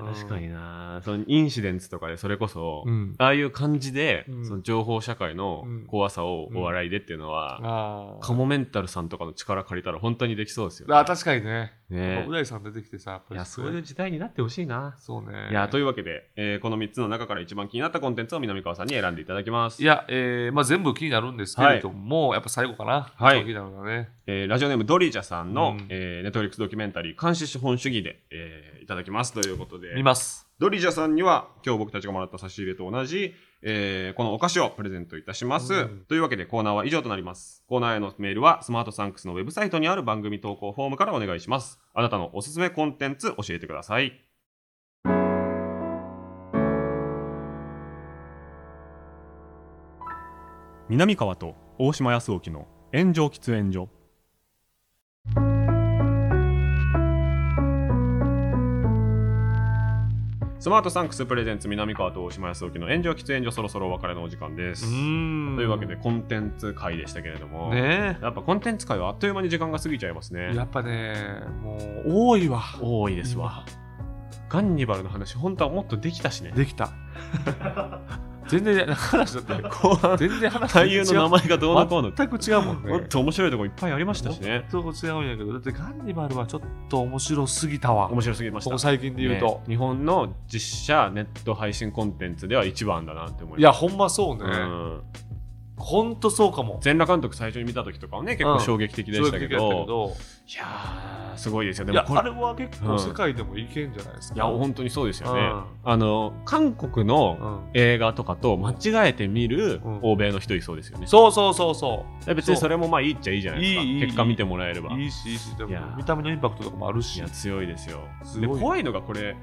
Speaker 3: うん
Speaker 2: ー確かになそのインシデンツとかでそれこそ、
Speaker 3: うん。
Speaker 2: ああいう感じで、
Speaker 3: うん
Speaker 2: その情報社会の怖さをお笑いでっていうのは、
Speaker 3: あ
Speaker 2: カモメンタルさんとかの力借りたら本当にできそうですよね。
Speaker 3: ああ確かにね。やっ
Speaker 2: ね
Speaker 3: ぱう大さん出てきてさ、やっぱ
Speaker 2: い
Speaker 3: り
Speaker 2: や
Speaker 3: す
Speaker 2: そ
Speaker 3: ご
Speaker 2: う
Speaker 3: い
Speaker 2: いう時代になってほしいな。
Speaker 3: そうね。
Speaker 2: いやというわけで、えーこの3つの中から一番気になったコンテンツを南川さんに選んでいただきます
Speaker 3: い、やえーまあ、全部気になるんですけれども、やっぱ最後かな。
Speaker 2: はい
Speaker 3: 一番気になるのはね。
Speaker 2: えーラジオネームドリージャさんの、
Speaker 3: うん
Speaker 2: えーネットフリックスドキュメンタリー「監視資本主義で」えーいただきますということで
Speaker 3: 見ます。
Speaker 2: ドリージャさんには今日僕たちがもらった差し入れと同じ、えーこのお菓子をプレゼントいたします、
Speaker 3: うん
Speaker 2: というわけでコーナーは以上となりますコーナーへのメールはスマートサンクスのウェブサイトにある番組投稿フォームからお願いしますあなたのおすすめコンテンツ教えてください南川と大島康沖の炎上喫煙所スマートサンクスプレゼンツ南川と大島康沖の炎上喫煙所そろそろお別れのお時間です
Speaker 3: ん
Speaker 2: というわけでコンテンツ会でしたけれども、
Speaker 3: ね
Speaker 2: やっぱコンテンツ界はあっという間に時間が過ぎちゃいますね
Speaker 3: やっぱね、もう多いわ。
Speaker 2: 多いですわガンニバルの話本当はもっとできたしね
Speaker 3: で きた。全然話だって、
Speaker 2: 後 半
Speaker 3: 全然話
Speaker 2: 俳優の名前がどうのこうの
Speaker 3: 全く違うもんね。
Speaker 2: もっと面白いとこいっぱいありましたしね
Speaker 3: ちょっと違うんやけど、だってガンニバルはちょっと面白すぎたわ。
Speaker 2: 面白すぎまし
Speaker 3: こ
Speaker 2: た
Speaker 3: こ最近で言うと
Speaker 2: ね。日本の実写ネット配信コンテンツでは一番だなって思い
Speaker 3: いや、
Speaker 2: ます
Speaker 3: ほんまそうね。
Speaker 2: うん
Speaker 3: ほんとそうかも。
Speaker 2: 全裸監督最初に見た時とかはね結構衝撃的でしたけど,、
Speaker 3: 衝撃的やった
Speaker 2: いやーすごいですよ
Speaker 3: けど
Speaker 2: で
Speaker 3: い
Speaker 2: も
Speaker 3: や、
Speaker 2: これ
Speaker 3: あれは結構世界でもいけんじゃないですか。
Speaker 2: いや本当にそうですよね、
Speaker 3: うん
Speaker 2: あの韓国の
Speaker 3: うん
Speaker 2: 映画とかと間違えて見る
Speaker 3: うん
Speaker 2: 欧米の人いそうですよね。
Speaker 3: そうそうそうそ
Speaker 2: いや別にそれもまあいいっちゃいいじゃないですか。
Speaker 3: いいいい
Speaker 2: 結果見てもらえれば。
Speaker 3: う。いいし、いいし、で
Speaker 2: いや
Speaker 3: も見た目のインパクトとかもある
Speaker 2: い
Speaker 3: し
Speaker 2: や。強いですよ。
Speaker 3: すご
Speaker 2: で
Speaker 3: い
Speaker 2: 怖いのがこれ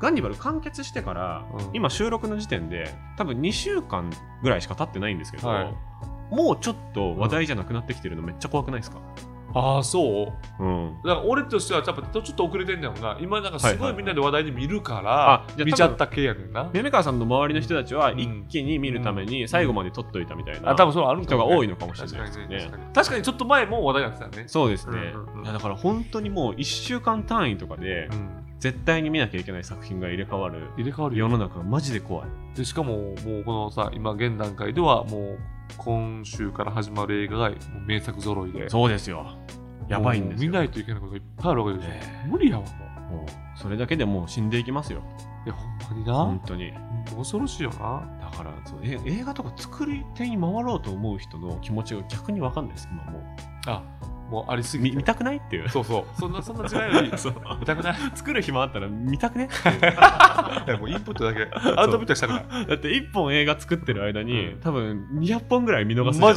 Speaker 2: ガンニバル完結してから、
Speaker 3: うん
Speaker 2: 今収録の時点で多分2週間ぐらいしか経ってないんですけど、
Speaker 3: はい
Speaker 2: もうちょっと話題じゃなくなってきてるのめっちゃ怖くないですか、
Speaker 3: ああ、そう
Speaker 2: うん、
Speaker 3: だから俺としてはやっぱちょっと遅れてんだよな今なんかすごいみんなで話題に見る
Speaker 2: は
Speaker 3: から、
Speaker 2: いはいはいあじゃあ
Speaker 3: 見ちゃった系やねんな
Speaker 2: 南川さんの周りの人たちは
Speaker 3: うん
Speaker 2: 一気に見るために最後まで撮っといたみたいな、
Speaker 3: あ多分そうあるんだ
Speaker 2: 人が
Speaker 3: ろうね
Speaker 2: 多いのかもしれないですよね
Speaker 3: 確かに確かにちょっと前も話題になってたね
Speaker 2: そうですね、
Speaker 3: うんうんうん
Speaker 2: いやだから本当にもう1週間単位とかで
Speaker 3: ん、
Speaker 2: 絶対に見なきゃいけない作品が入れ替わる
Speaker 3: 入れ替わる
Speaker 2: 世
Speaker 3: よ
Speaker 2: の中がマジで怖い
Speaker 3: でしかももうこのさ今現段階ではもう今週から始まる映画がもう名作揃いで
Speaker 2: そうですよやばいんです
Speaker 3: もう
Speaker 2: よ
Speaker 3: 見ないといけないことがいっぱいあるわけでしょ、
Speaker 2: ね
Speaker 3: 無理やわもう
Speaker 2: もうそれだけでもう死んでいきますよ
Speaker 3: いやほんまにな、
Speaker 2: 本当に
Speaker 3: 恐ろしいよな
Speaker 2: だからそうえ映画とか作り手に回ろうと思う人の気持ちが逆に分かんないです今もう
Speaker 3: あもうありすぎ
Speaker 2: 見
Speaker 3: て
Speaker 2: 見たくないっていう
Speaker 3: そうそうそんなそんな時代より
Speaker 2: そう
Speaker 3: 見たくない
Speaker 2: 作る暇あったら見たく ね
Speaker 3: いやもうインプットだけアウトプットはしたくない
Speaker 2: だって1本映画作ってる間に、
Speaker 3: うん
Speaker 2: 多分200本ぐらい見逃すじゃない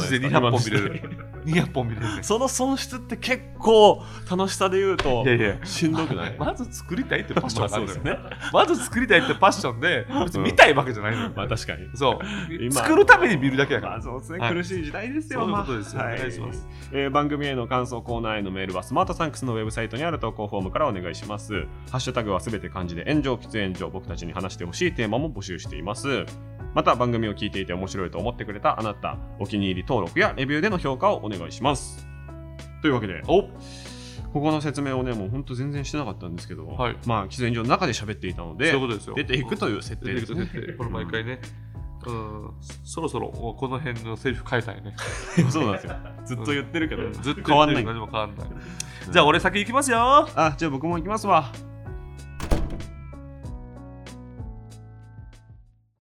Speaker 3: マジで
Speaker 2: か
Speaker 3: す
Speaker 2: 今
Speaker 3: 200本見れ
Speaker 2: の時代
Speaker 3: る200本見れるね
Speaker 2: その損失って結構楽しさで言うと
Speaker 3: いやいや
Speaker 2: しんどくない、ま
Speaker 3: まず作りたいってパッション
Speaker 2: あ
Speaker 3: があ
Speaker 2: そう
Speaker 3: る
Speaker 2: で
Speaker 3: の
Speaker 2: す
Speaker 3: よ、
Speaker 2: ね
Speaker 3: まず作りたいってパッションで別に見たいわけじゃないのよ、
Speaker 2: まあ確かに
Speaker 3: そう
Speaker 2: 今
Speaker 3: 作るために見るだけだか
Speaker 2: ま
Speaker 3: ら
Speaker 2: あそうですね、
Speaker 3: はい
Speaker 2: 苦しい時代ですよ。
Speaker 3: そういう
Speaker 2: まあ
Speaker 3: ことですよ
Speaker 2: はい
Speaker 3: お願いします
Speaker 2: えー番組への感想コーナーへのメールはスマートサンクスのウェブサイトにある投稿フォームからお願いします。ハッシュタグはすべて漢字で炎上喫煙所僕たちに話してほしいテーマも募集しています。また番組を聞いていて面白いと思ってくれたあなた、お気に入り登録やレビューでの評価をお願いします。というわけで、
Speaker 3: お
Speaker 2: ここの説明をね、もう本当全然してなかったんですけど、
Speaker 3: はい
Speaker 2: まあ喫煙所の中で喋っていたので、
Speaker 3: そういうことですよ
Speaker 2: 出ていくという設定で
Speaker 3: 出てく
Speaker 2: す
Speaker 3: る
Speaker 2: ね
Speaker 3: 出。てくるこれ毎回ね、うん、そろそろこの辺のセリフ変えたいね
Speaker 2: そうなんですよ。ずっと言ってるけど、
Speaker 3: ずっと
Speaker 2: 変わんない
Speaker 3: 言ってるけど何も変わんないじゃあ俺先行きますよ
Speaker 2: あ、じゃあ僕も行きますわ。